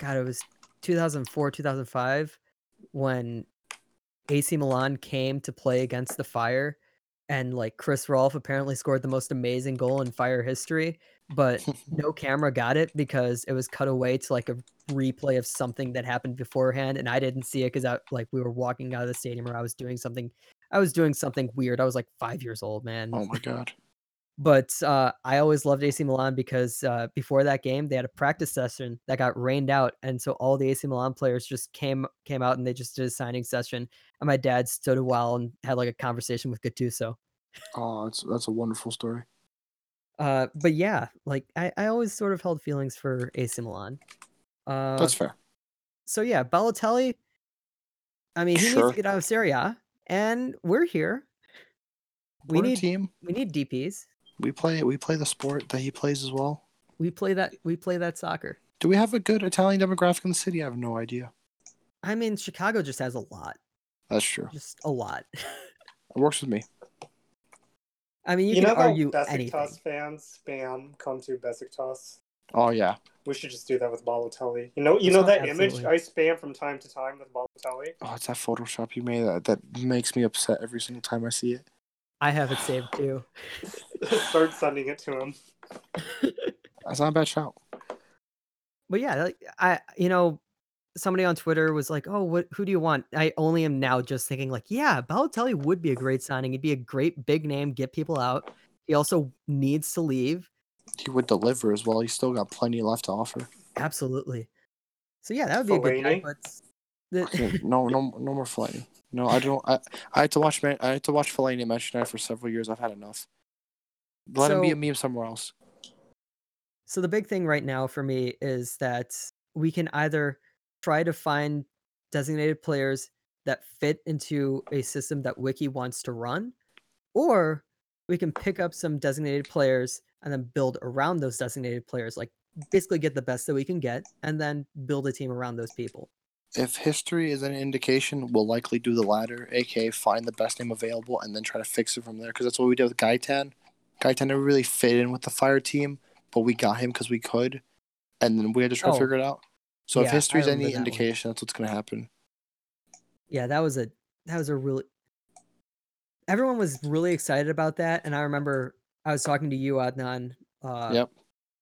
[SPEAKER 1] God, it was 2004, 2005 when AC Milan came to play against the Fire and like Chris Rolfe apparently scored the most amazing goal in Fire history, but no camera got it because it was cut away to like a replay of something that happened beforehand and I didn't see it cuz I like we were walking out of the stadium or I was doing something I was doing something weird. I was like 5 years old, man
[SPEAKER 2] Oh my god.
[SPEAKER 1] but uh, I always loved AC Milan because uh, before that game they had a practice session that got rained out, and so all the AC Milan players just came came out and they just did a signing session. And my dad stood a while and had like a conversation with Gattuso.
[SPEAKER 2] Oh, that's that's a wonderful story.
[SPEAKER 1] Uh, but yeah, like I, I always sort of held feelings for AC Milan. Uh,
[SPEAKER 2] That's fair.
[SPEAKER 1] so yeah, Balotelli. I mean, he
[SPEAKER 2] Sure.
[SPEAKER 1] needs to get out of Serie A, and we're here. We
[SPEAKER 2] We're a
[SPEAKER 1] need
[SPEAKER 2] team.
[SPEAKER 1] we need DPS.
[SPEAKER 2] We play we play the sport that he plays as well.
[SPEAKER 1] We play that we play that soccer.
[SPEAKER 2] Do we have a good Italian demographic in the city? I have no idea.
[SPEAKER 1] I mean, Chicago just has a lot.
[SPEAKER 2] That's true.
[SPEAKER 1] just a lot. <laughs>
[SPEAKER 2] It works with me.
[SPEAKER 1] I mean, you,
[SPEAKER 3] You,
[SPEAKER 1] can
[SPEAKER 3] know how
[SPEAKER 1] argue
[SPEAKER 3] Besiktas
[SPEAKER 1] anything.
[SPEAKER 3] fans spam come to Besiktas.
[SPEAKER 2] Oh yeah.
[SPEAKER 3] We should just do that with Balotelli. You know, you know
[SPEAKER 1] That's
[SPEAKER 3] that
[SPEAKER 1] not-
[SPEAKER 3] image
[SPEAKER 1] absolutely.
[SPEAKER 3] I spam from time to time with Balotelli.
[SPEAKER 2] Oh, it's that Photoshop you made that, that makes me upset every single time I see it.
[SPEAKER 1] I have it saved too.
[SPEAKER 2] <laughs>
[SPEAKER 3] Start <laughs> sending it to him.
[SPEAKER 2] That's not a bad shout.
[SPEAKER 1] But yeah, like, I you know, somebody on Twitter was like, "Oh, what? Who do you want?" I only am now just thinking like, yeah, Balotelli would be a great signing. He'd be a great big name, get people out. He also needs to leave.
[SPEAKER 2] He would deliver as well. He's still got plenty left to offer.
[SPEAKER 1] Absolutely. So yeah, that would be a good guy.
[SPEAKER 3] Fellaini?
[SPEAKER 1] But
[SPEAKER 2] <laughs>
[SPEAKER 1] the,
[SPEAKER 2] No, no, no more Fellaini. No, I don't. I, I had to watch. Man, I had to watch Fellaini and Manchester United for several years. I've had enough. Let him be
[SPEAKER 1] So-
[SPEAKER 2] a meme somewhere else.
[SPEAKER 1] So the big thing right now for me is that we can either try to find designated players that fit into a system that Wiki wants to run, or we can pick up some designated players and then build around those designated players, like basically get the best that we can get and then build a team around those people.
[SPEAKER 2] If history is an indication, we'll likely do the latter, aka find the best name available and then try to fix it from there. Because that's what we did with Gaitan. Gaitan never really fit in with the fire team, but we got him because we could, and then we had to try
[SPEAKER 1] Oh.
[SPEAKER 2] to figure it out. So
[SPEAKER 1] Yeah,
[SPEAKER 2] if
[SPEAKER 1] I
[SPEAKER 2] history is
[SPEAKER 1] remember
[SPEAKER 2] any
[SPEAKER 1] that one.
[SPEAKER 2] indication, that's what's going to happen.
[SPEAKER 1] Yeah, that was a that was a really everyone was really excited about that. And I remember I was talking to you, Adnan, uh
[SPEAKER 2] yep.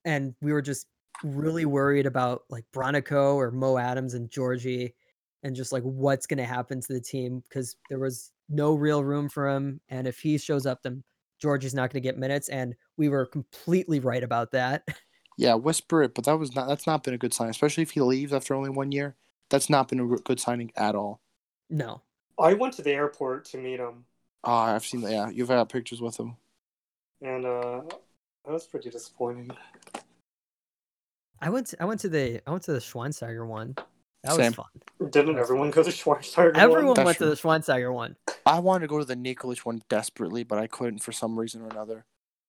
[SPEAKER 1] and we were just really worried about like Bronico or Mo Adams and Georgie and just like what's going to happen to the team because there was no real room for him. And if he shows up, then Georgie's not going to get minutes. And we were completely right about that. <laughs>
[SPEAKER 2] Yeah, whisper it, but that was not. That's not been a good sign, especially if he leaves after only one year. That's not been a r- good signing at all.
[SPEAKER 1] no.
[SPEAKER 3] I went to the airport to meet him,
[SPEAKER 2] Ah, I've seen that. Yeah, you've had pictures with him.
[SPEAKER 3] and uh, that was pretty disappointing.
[SPEAKER 1] I went to, I went to the I went to the Schweinsteiger one. That
[SPEAKER 2] Same.
[SPEAKER 1] was fun.
[SPEAKER 3] Didn't everyone go to <laughs> Schweinsteiger?
[SPEAKER 1] Everyone
[SPEAKER 2] That's
[SPEAKER 1] went to
[SPEAKER 2] true.
[SPEAKER 1] the Schweinsteiger one.
[SPEAKER 2] I wanted to go to the Nikolic one desperately, but I couldn't for some reason or another,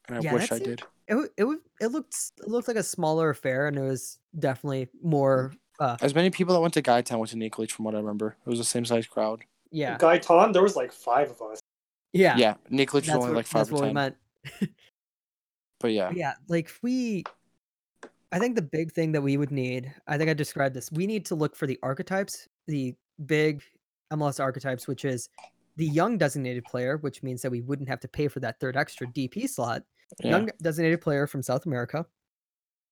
[SPEAKER 2] and I
[SPEAKER 1] Yeah,
[SPEAKER 2] wish
[SPEAKER 1] that
[SPEAKER 2] I
[SPEAKER 1] seemed-
[SPEAKER 2] did.
[SPEAKER 1] It w- it w- it looked s- it looked like a smaller affair and it was definitely more
[SPEAKER 2] As many people that went to Guytown went to Nikolic, from what I remember. It was the same size crowd.
[SPEAKER 1] yeah.
[SPEAKER 3] Guy Ton, there was like five of us.
[SPEAKER 1] Yeah.
[SPEAKER 2] Yeah, yeah Nikolic was
[SPEAKER 1] That's
[SPEAKER 2] only
[SPEAKER 1] what,
[SPEAKER 2] like
[SPEAKER 1] that's
[SPEAKER 2] five or
[SPEAKER 1] what we
[SPEAKER 2] ten.
[SPEAKER 1] meant.
[SPEAKER 2] But yeah,
[SPEAKER 1] But yeah, like if we I think the big thing that we would need, I think I described this. We need to look for the archetypes, the big MLS archetypes, which is the young designated player, which means that we wouldn't have to pay for that third extra DP slot.
[SPEAKER 2] yeah.
[SPEAKER 1] Young designated player from South America,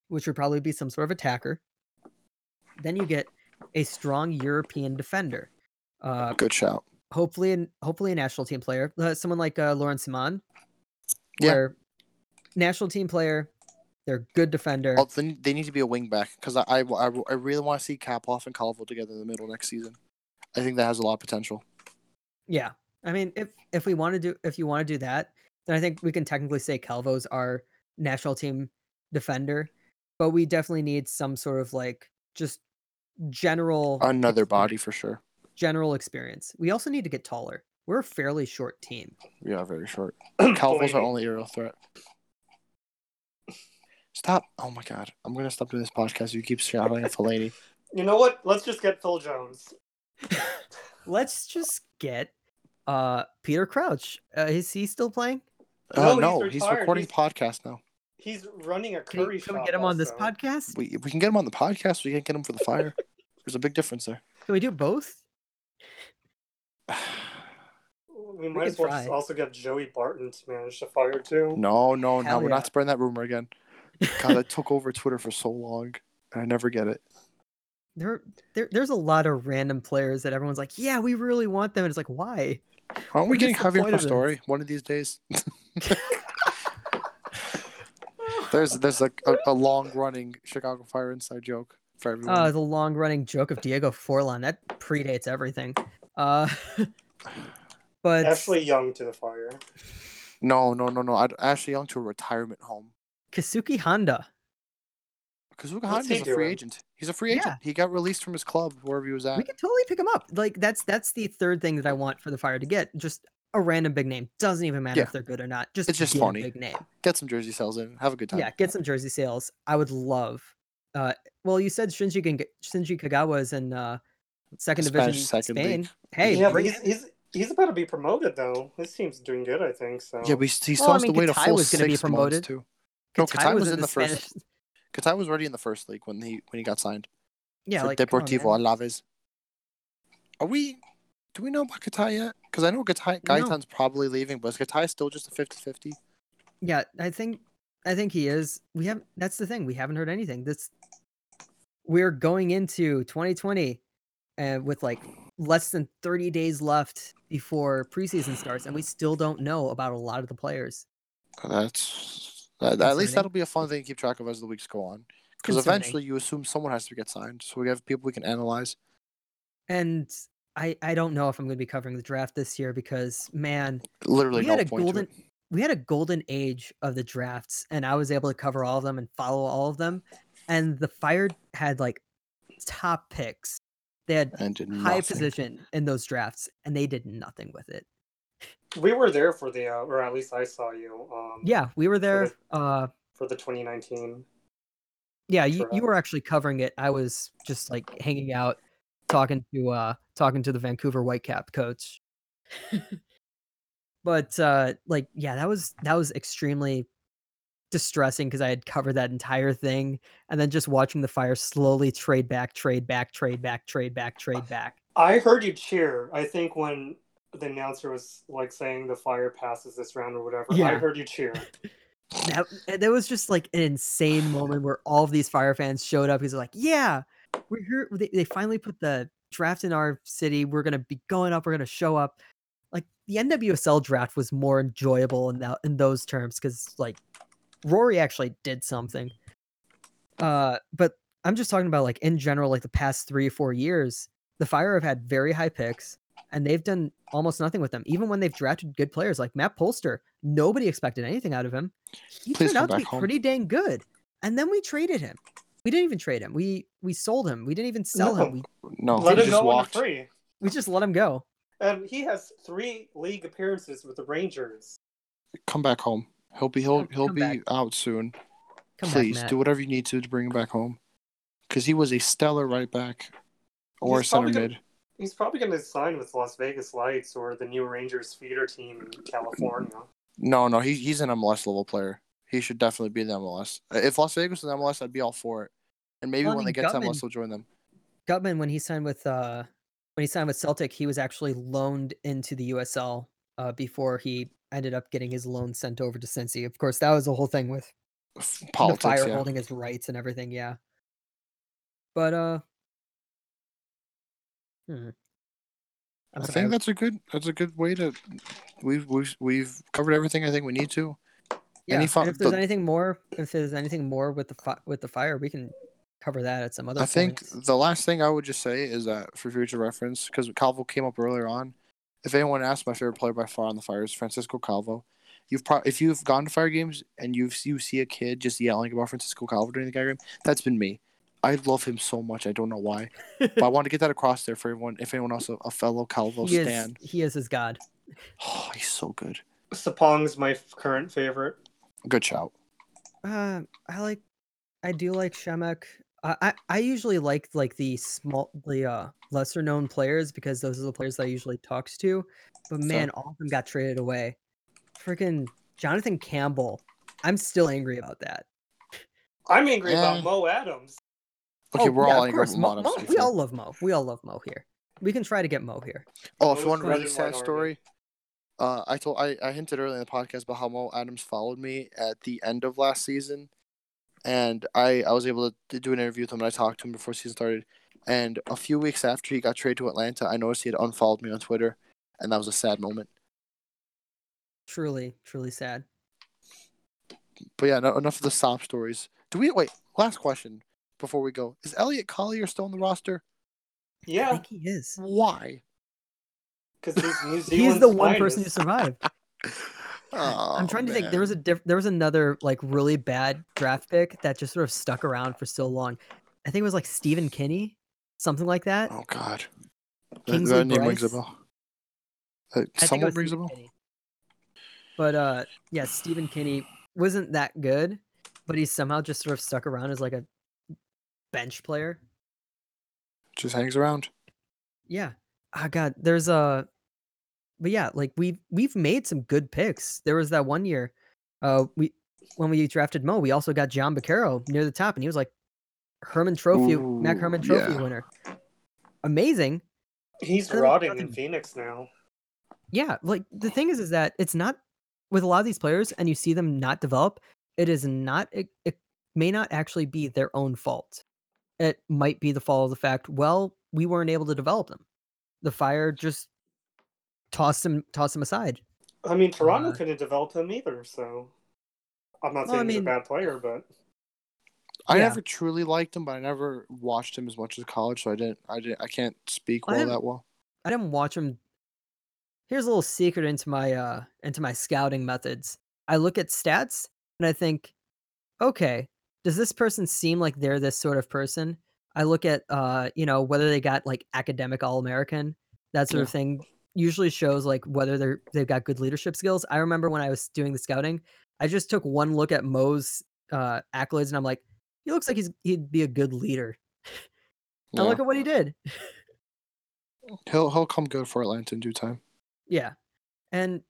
[SPEAKER 1] which would probably be some sort of attacker. Then you get a strong European defender. Uh,
[SPEAKER 2] good shout.
[SPEAKER 1] hopefully an hopefully a national team player, uh, someone like uh, Lauren Simon,
[SPEAKER 2] Yeah.
[SPEAKER 1] where national team player, they're good defender.
[SPEAKER 2] Oh, they, they need to be a wing back because I, I, I, I really want to see Kapoff and Colville together in the middle next season. I think that has a lot of potential.
[SPEAKER 1] Yeah, I mean, if if we want to do if you want to do that, then I think we can technically say Calvo's our national team defender, but we definitely need some sort of like just general
[SPEAKER 2] Another
[SPEAKER 1] ex-
[SPEAKER 2] body for sure.
[SPEAKER 1] general experience. We also need to get taller. We're a fairly short team.
[SPEAKER 2] We are very short. Calvo's our
[SPEAKER 3] Boy.
[SPEAKER 2] only aerial threat. Stop. Oh my god. I'm gonna stop doing this podcast. You keep shouting at Fellaini.
[SPEAKER 3] You know what? Let's just get Phil Jones.
[SPEAKER 1] Let's just get uh Peter Crouch. Uh, is he still playing?
[SPEAKER 2] Uh,
[SPEAKER 3] No,
[SPEAKER 2] no,
[SPEAKER 3] he's
[SPEAKER 2] he's,
[SPEAKER 3] retired.
[SPEAKER 2] recording
[SPEAKER 3] He's-
[SPEAKER 2] podcast now.
[SPEAKER 3] He's running a
[SPEAKER 1] Can,
[SPEAKER 3] curry
[SPEAKER 1] we- can we
[SPEAKER 3] shop
[SPEAKER 1] get him on this
[SPEAKER 3] also.
[SPEAKER 1] podcast?
[SPEAKER 2] We, we can get him on the podcast. We can't get him for the fire. There's a big difference there.
[SPEAKER 1] Can we do both?
[SPEAKER 3] We might
[SPEAKER 1] can
[SPEAKER 3] as well
[SPEAKER 1] try.
[SPEAKER 3] just also get Joey Barton to manage the fire too.
[SPEAKER 2] <sighs> No, no, no.
[SPEAKER 1] Hell
[SPEAKER 2] We're
[SPEAKER 1] yeah.
[SPEAKER 2] not spreading that rumor again. God, I took over Twitter for so long, and I never get it.
[SPEAKER 1] There, there, there's a lot of random players that everyone's like, yeah, we really want them. And it's like, why?
[SPEAKER 2] Aren't
[SPEAKER 1] What
[SPEAKER 2] we
[SPEAKER 1] is
[SPEAKER 2] getting
[SPEAKER 1] the
[SPEAKER 2] Javier
[SPEAKER 1] point of this?
[SPEAKER 2] Pastore one of these days? <laughs> there's there's like a, a long running Chicago Fire inside joke for everyone.
[SPEAKER 1] Uh, the long running joke of Diego Forlan that predates everything. Uh, <laughs> but
[SPEAKER 3] Ashley Young to the fire.
[SPEAKER 2] no, no, no, no. I'd Ashley Young to a retirement home.
[SPEAKER 1] Kasuki Honda,
[SPEAKER 2] Kazuka
[SPEAKER 3] What's
[SPEAKER 2] Honda is
[SPEAKER 3] he
[SPEAKER 2] a free
[SPEAKER 3] doing?
[SPEAKER 2] agent. He's a free agent.
[SPEAKER 1] Yeah.
[SPEAKER 2] He got released from his club wherever he was
[SPEAKER 1] we
[SPEAKER 2] at.
[SPEAKER 1] could totally pick him up. Like that's that's the third thing that I want for the Fire to get just a random big name. Doesn't even matter
[SPEAKER 2] Yeah.
[SPEAKER 1] if they're good or not. Just
[SPEAKER 2] It's just
[SPEAKER 1] get a
[SPEAKER 2] funny.
[SPEAKER 1] big name.
[SPEAKER 2] Get some jersey sales in. Have a good time.
[SPEAKER 1] Yeah, get some jersey sales. I would love. Uh, well, you said Shinji Kag- Shinji Kagawa's in uh, second division
[SPEAKER 2] Spanish second
[SPEAKER 1] Spain.
[SPEAKER 2] league.
[SPEAKER 1] Hey,
[SPEAKER 3] yeah, but
[SPEAKER 1] bring
[SPEAKER 3] he's, he's he's about to be promoted though. His team's doing good, I think. So
[SPEAKER 2] Yeah, but he's, he's
[SPEAKER 1] Well, I
[SPEAKER 2] still has
[SPEAKER 1] mean,
[SPEAKER 2] to wait a
[SPEAKER 1] Kitai
[SPEAKER 2] full
[SPEAKER 1] was gonna be
[SPEAKER 2] six
[SPEAKER 1] promoted.
[SPEAKER 2] months too. No,
[SPEAKER 1] Kitai
[SPEAKER 2] Kitai was in the first- Katai was already in the first league when he when he got signed
[SPEAKER 1] <laughs> Yeah,
[SPEAKER 2] for
[SPEAKER 1] like come on,
[SPEAKER 2] Deportivo
[SPEAKER 1] man.
[SPEAKER 2] Alaves. Are we? Do we know about Katai yet? Because I know Katai
[SPEAKER 1] No.
[SPEAKER 2] Gaetan's probably leaving, but is Katai still just a 50-50?
[SPEAKER 1] Yeah, I think I think he is. We have that's the thing. We haven't heard anything. This we're going into 2020 uh, with like less than 30 days left before preseason starts, and we still don't know about a lot of the players.
[SPEAKER 2] Uh, That's that, at least
[SPEAKER 1] Concerning.
[SPEAKER 2] that'll be a fun thing to keep track of as the weeks go on. Because
[SPEAKER 1] Concerning.
[SPEAKER 2] eventually, you assume someone has to get signed, so we have people we can analyze.
[SPEAKER 1] And I I don't know if I'm going to be covering the draft this year because man,
[SPEAKER 2] Literally,
[SPEAKER 1] We
[SPEAKER 2] no
[SPEAKER 1] had a
[SPEAKER 2] point to
[SPEAKER 1] golden-
[SPEAKER 2] it.
[SPEAKER 1] we had a golden age of the drafts and I was able to cover all of them and follow all of them. And the Fire had like top picks. They had
[SPEAKER 2] and did
[SPEAKER 1] high
[SPEAKER 2] nothing.
[SPEAKER 1] position in those drafts and they did nothing with it.
[SPEAKER 3] we were there for the, uh, or at least I saw you. Um,
[SPEAKER 1] Yeah, we were there.
[SPEAKER 3] Okay.
[SPEAKER 1] Uh
[SPEAKER 3] for the 2019.
[SPEAKER 1] yeah, you, you
[SPEAKER 3] Correct.
[SPEAKER 1] were actually covering it. I was just like hanging out talking to uh talking to the Vancouver Whitecap coach. but uh like yeah, that was that was extremely distressing because I had covered that entire thing and then just watching the fire slowly trade back, trade back, trade back, trade back, trade back.
[SPEAKER 3] I heard you cheer. I think when the announcer was like saying the fire passes this round or whatever. I
[SPEAKER 1] Yeah.
[SPEAKER 3] heard you cheer.
[SPEAKER 1] that, and that was just like an insane moment where all of these fire fans showed up. He's like, "Yeah, we're here. They, they finally put the draft in our city. We're gonna be going up. We're gonna show up." Like the NWSL draft was more enjoyable in that in those terms because like Rory actually did something. Uh, but I'm just talking about like in general, like the past three or four years, the Fire have had very high picks and they've done almost nothing with them. Even when they've drafted good players like Matt Polster, nobody expected anything out of him. He
[SPEAKER 2] Please
[SPEAKER 1] turned
[SPEAKER 2] come
[SPEAKER 1] out to
[SPEAKER 2] back
[SPEAKER 1] be
[SPEAKER 2] home.
[SPEAKER 1] pretty dang good. And then we traded him. We didn't even trade him. We we sold him. We didn't even sell
[SPEAKER 3] No.
[SPEAKER 1] him. We
[SPEAKER 2] No,
[SPEAKER 3] Let
[SPEAKER 2] Oh, he
[SPEAKER 3] him
[SPEAKER 2] just
[SPEAKER 3] go on
[SPEAKER 2] walked.
[SPEAKER 3] free.
[SPEAKER 1] we just let him go.
[SPEAKER 3] And he has three league appearances with the Rangers.
[SPEAKER 2] Come back home. He'll be he'll
[SPEAKER 1] Come-
[SPEAKER 2] he'll
[SPEAKER 1] come
[SPEAKER 2] be
[SPEAKER 1] back.
[SPEAKER 2] out soon.
[SPEAKER 1] Come
[SPEAKER 2] Please
[SPEAKER 1] back, Matt.
[SPEAKER 2] do whatever you need to to bring him back home, because he was a stellar right back or
[SPEAKER 3] He's
[SPEAKER 2] a center
[SPEAKER 3] probably gonna-
[SPEAKER 2] mid.
[SPEAKER 3] He's probably going to sign with Las Vegas Lights or the new Rangers feeder team in California.
[SPEAKER 2] No, no, he, he's an MLS level player. He should definitely be in the MLS. Uh, If Las Vegas was in MLS, I'd be all for it. And maybe
[SPEAKER 1] Well, I
[SPEAKER 2] when
[SPEAKER 1] mean,
[SPEAKER 2] they get
[SPEAKER 1] Gutman-
[SPEAKER 2] to MLS, they'll join them.
[SPEAKER 1] Gutman, when he signed with uh when he signed with Celtic, he was actually loaned into the USL uh, before he ended up getting his loan sent over to Cincy. Of course, that was the whole thing with
[SPEAKER 2] F-
[SPEAKER 1] the
[SPEAKER 2] Politics,
[SPEAKER 1] fire
[SPEAKER 2] yeah.
[SPEAKER 1] holding his rights and everything. Yeah, but uh, hmm. I'm
[SPEAKER 2] I
[SPEAKER 1] sorry, w-
[SPEAKER 2] think that's a good that's a good way to. We've we've we've covered everything. I think we need to.
[SPEAKER 1] yeah.
[SPEAKER 2] any
[SPEAKER 1] and
[SPEAKER 2] fun-
[SPEAKER 1] if there's
[SPEAKER 2] the-
[SPEAKER 1] anything more, if there's anything more with the fi- with the fire, we can cover that at some other.
[SPEAKER 2] I think
[SPEAKER 1] point.
[SPEAKER 2] the last thing I would just say is that for future reference, because Calvo came up earlier on, If anyone asks, my favorite player by far on the Fire is Francisco Calvo. You've pro- if you've gone to Fire games and you you see a kid just yelling about Francisco Calvo during the guy game, that's been me. I love him so much. I don't know why,
[SPEAKER 1] <laughs>
[SPEAKER 2] but I want to get that across there for everyone. If anyone else, a fellow Calvo
[SPEAKER 1] he is,
[SPEAKER 2] stan,
[SPEAKER 1] he is his god.
[SPEAKER 2] oh, he's so good.
[SPEAKER 3] Sapong's my f- current favorite.
[SPEAKER 2] Good shout.
[SPEAKER 1] Uh, I like, I do like Shemek. I, I I usually like like the small the uh lesser known players because those are the players that I usually talks to. But man, all of them got traded away. Freaking Jonathan Campbell. I'm still angry about that.
[SPEAKER 3] I'm angry
[SPEAKER 2] Yeah.
[SPEAKER 3] about Mo Adams.
[SPEAKER 2] Okay,
[SPEAKER 1] Oh,
[SPEAKER 2] we're
[SPEAKER 1] yeah,
[SPEAKER 2] all
[SPEAKER 1] of
[SPEAKER 2] angry
[SPEAKER 1] course,
[SPEAKER 2] at
[SPEAKER 1] Mo-
[SPEAKER 2] Modest,
[SPEAKER 1] Mo-
[SPEAKER 2] to be
[SPEAKER 1] we
[SPEAKER 2] fair.
[SPEAKER 1] all love Mo. We all love Mo here. We can try to get Mo here.
[SPEAKER 2] Oh, if
[SPEAKER 3] Well,
[SPEAKER 2] you want a
[SPEAKER 3] it's
[SPEAKER 2] really
[SPEAKER 3] Brandon
[SPEAKER 2] sad
[SPEAKER 3] Ward
[SPEAKER 2] story, uh, I told I, I hinted earlier in the podcast about how Mo Adams followed me at the end of last season, and I I was able to, to do an interview with him and I talked to him before season started, and a few weeks after he got traded to Atlanta, I noticed he had unfollowed me on Twitter, and that was a sad moment.
[SPEAKER 1] Truly, truly sad.
[SPEAKER 2] But yeah, no, enough of the sob stories. Do we wait? Last question before we go: Is Elliot Collier still on the roster?
[SPEAKER 1] I
[SPEAKER 3] Yeah,
[SPEAKER 1] think he is.
[SPEAKER 2] Why?
[SPEAKER 3] because he's New
[SPEAKER 1] <laughs>
[SPEAKER 3] Zealand's
[SPEAKER 1] He's the one
[SPEAKER 3] finest.
[SPEAKER 1] person who survived.
[SPEAKER 2] Oh,
[SPEAKER 1] I'm trying to think. There was a diff- there was another like really bad draft pick that just sort of stuck around for so long. I think it was like Stephen Kinney, something like that.
[SPEAKER 2] Oh God. That-
[SPEAKER 1] Kingsley
[SPEAKER 2] that name rings a
[SPEAKER 1] Bryce?
[SPEAKER 2] bell. Uh,
[SPEAKER 1] I think it
[SPEAKER 2] somewhat
[SPEAKER 1] was
[SPEAKER 2] rings a
[SPEAKER 1] Stephen
[SPEAKER 2] bell.
[SPEAKER 1] Kinney. But uh, yeah, Stephen Kinney wasn't that good, but he somehow just sort of stuck around as like a bench player.
[SPEAKER 2] Just hangs around.
[SPEAKER 1] Yeah. Ah, God, there's a, but yeah, like we we've made some good picks. There was that one year, uh, we when we drafted Mo, we also got John Baccaro near the top, and he was like Herman Trophy, Mac
[SPEAKER 2] Ooh,
[SPEAKER 1] Herman Trophy
[SPEAKER 2] yeah.
[SPEAKER 1] winner. Amazing.
[SPEAKER 3] He's
[SPEAKER 1] And then we
[SPEAKER 3] rotting
[SPEAKER 1] got
[SPEAKER 3] in
[SPEAKER 1] him.
[SPEAKER 3] Phoenix now.
[SPEAKER 1] Yeah, like the thing is, is that it's not with a lot of these players, and you see them not develop. It is not. It, it may not actually be their own fault. It might be the fault of the fact. Well, we weren't able to develop them. The fire just tossed them, tossed them aside.
[SPEAKER 3] I mean, Toronto
[SPEAKER 1] Uh,
[SPEAKER 3] couldn't develop him either, so I'm not
[SPEAKER 1] Well, I
[SPEAKER 3] saying he's
[SPEAKER 1] mean-
[SPEAKER 3] a bad player, but
[SPEAKER 2] I
[SPEAKER 1] Yeah.
[SPEAKER 2] never truly liked him, but I never watched him as much as college, so I didn't. I didn't. I can't speak
[SPEAKER 1] I
[SPEAKER 2] well
[SPEAKER 1] haven't-
[SPEAKER 2] that well.
[SPEAKER 1] I didn't watch them. Here's a little secret into my uh into my scouting methods. I look at stats and I think, okay, does this person seem like they're this sort of person? I look at uh, you know, whether they got like academic all American, that sort
[SPEAKER 2] Yeah.
[SPEAKER 1] of thing usually shows like whether they're they've got good leadership skills. I remember when I was doing the scouting, I just took one look at Mo's uh accolades and I'm like, he looks like he's he'd be a good leader. And
[SPEAKER 2] Yeah.
[SPEAKER 1] look at what he did.
[SPEAKER 2] He'll he'll come good for Atlanta in due time.
[SPEAKER 1] Yeah. And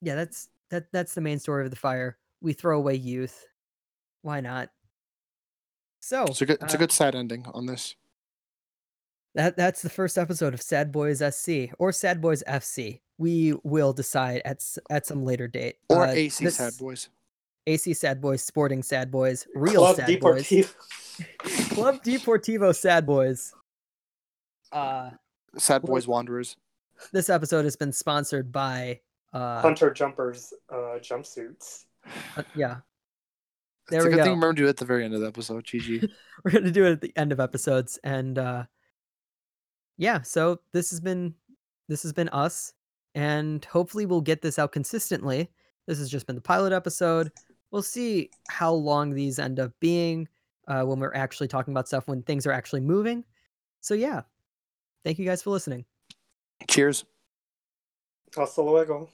[SPEAKER 1] yeah, that's that that's the main story of the fire. We throw away youth. Why not? So
[SPEAKER 2] It's a good. It's
[SPEAKER 1] uh,
[SPEAKER 2] a good sad ending on this.
[SPEAKER 1] that that's the first episode of Sad Boys SC or Sad Boys FC. We will decide at s- at some later date.
[SPEAKER 2] Or
[SPEAKER 1] Uh,
[SPEAKER 2] AC
[SPEAKER 1] this-
[SPEAKER 2] sad boys.
[SPEAKER 1] AC Sad Boys, Sporting Sad Boys, Real
[SPEAKER 3] Club
[SPEAKER 1] Sad Boys,
[SPEAKER 3] Deportivo. <laughs>
[SPEAKER 1] Club Deportivo Sad Boys. Uh,
[SPEAKER 2] Sad
[SPEAKER 1] well-
[SPEAKER 2] boys wanderers.
[SPEAKER 1] this episode has been sponsored by uh,
[SPEAKER 3] Hunter Jumpers uh, jumpsuits.
[SPEAKER 1] uh, yeah. There
[SPEAKER 2] It's a
[SPEAKER 1] we
[SPEAKER 2] good
[SPEAKER 1] go.
[SPEAKER 2] thing remember to do it at the very end of the episode. GG.
[SPEAKER 1] <laughs> we're gonna do it at the end of episodes and uh yeah so this has been this has been us and hopefully we'll get this out consistently this has just been the pilot episode we'll see how long these end up being uh, when we're actually talking about stuff when things are actually moving so yeah thank you guys for listening
[SPEAKER 2] Cheers.
[SPEAKER 3] Hasta luego.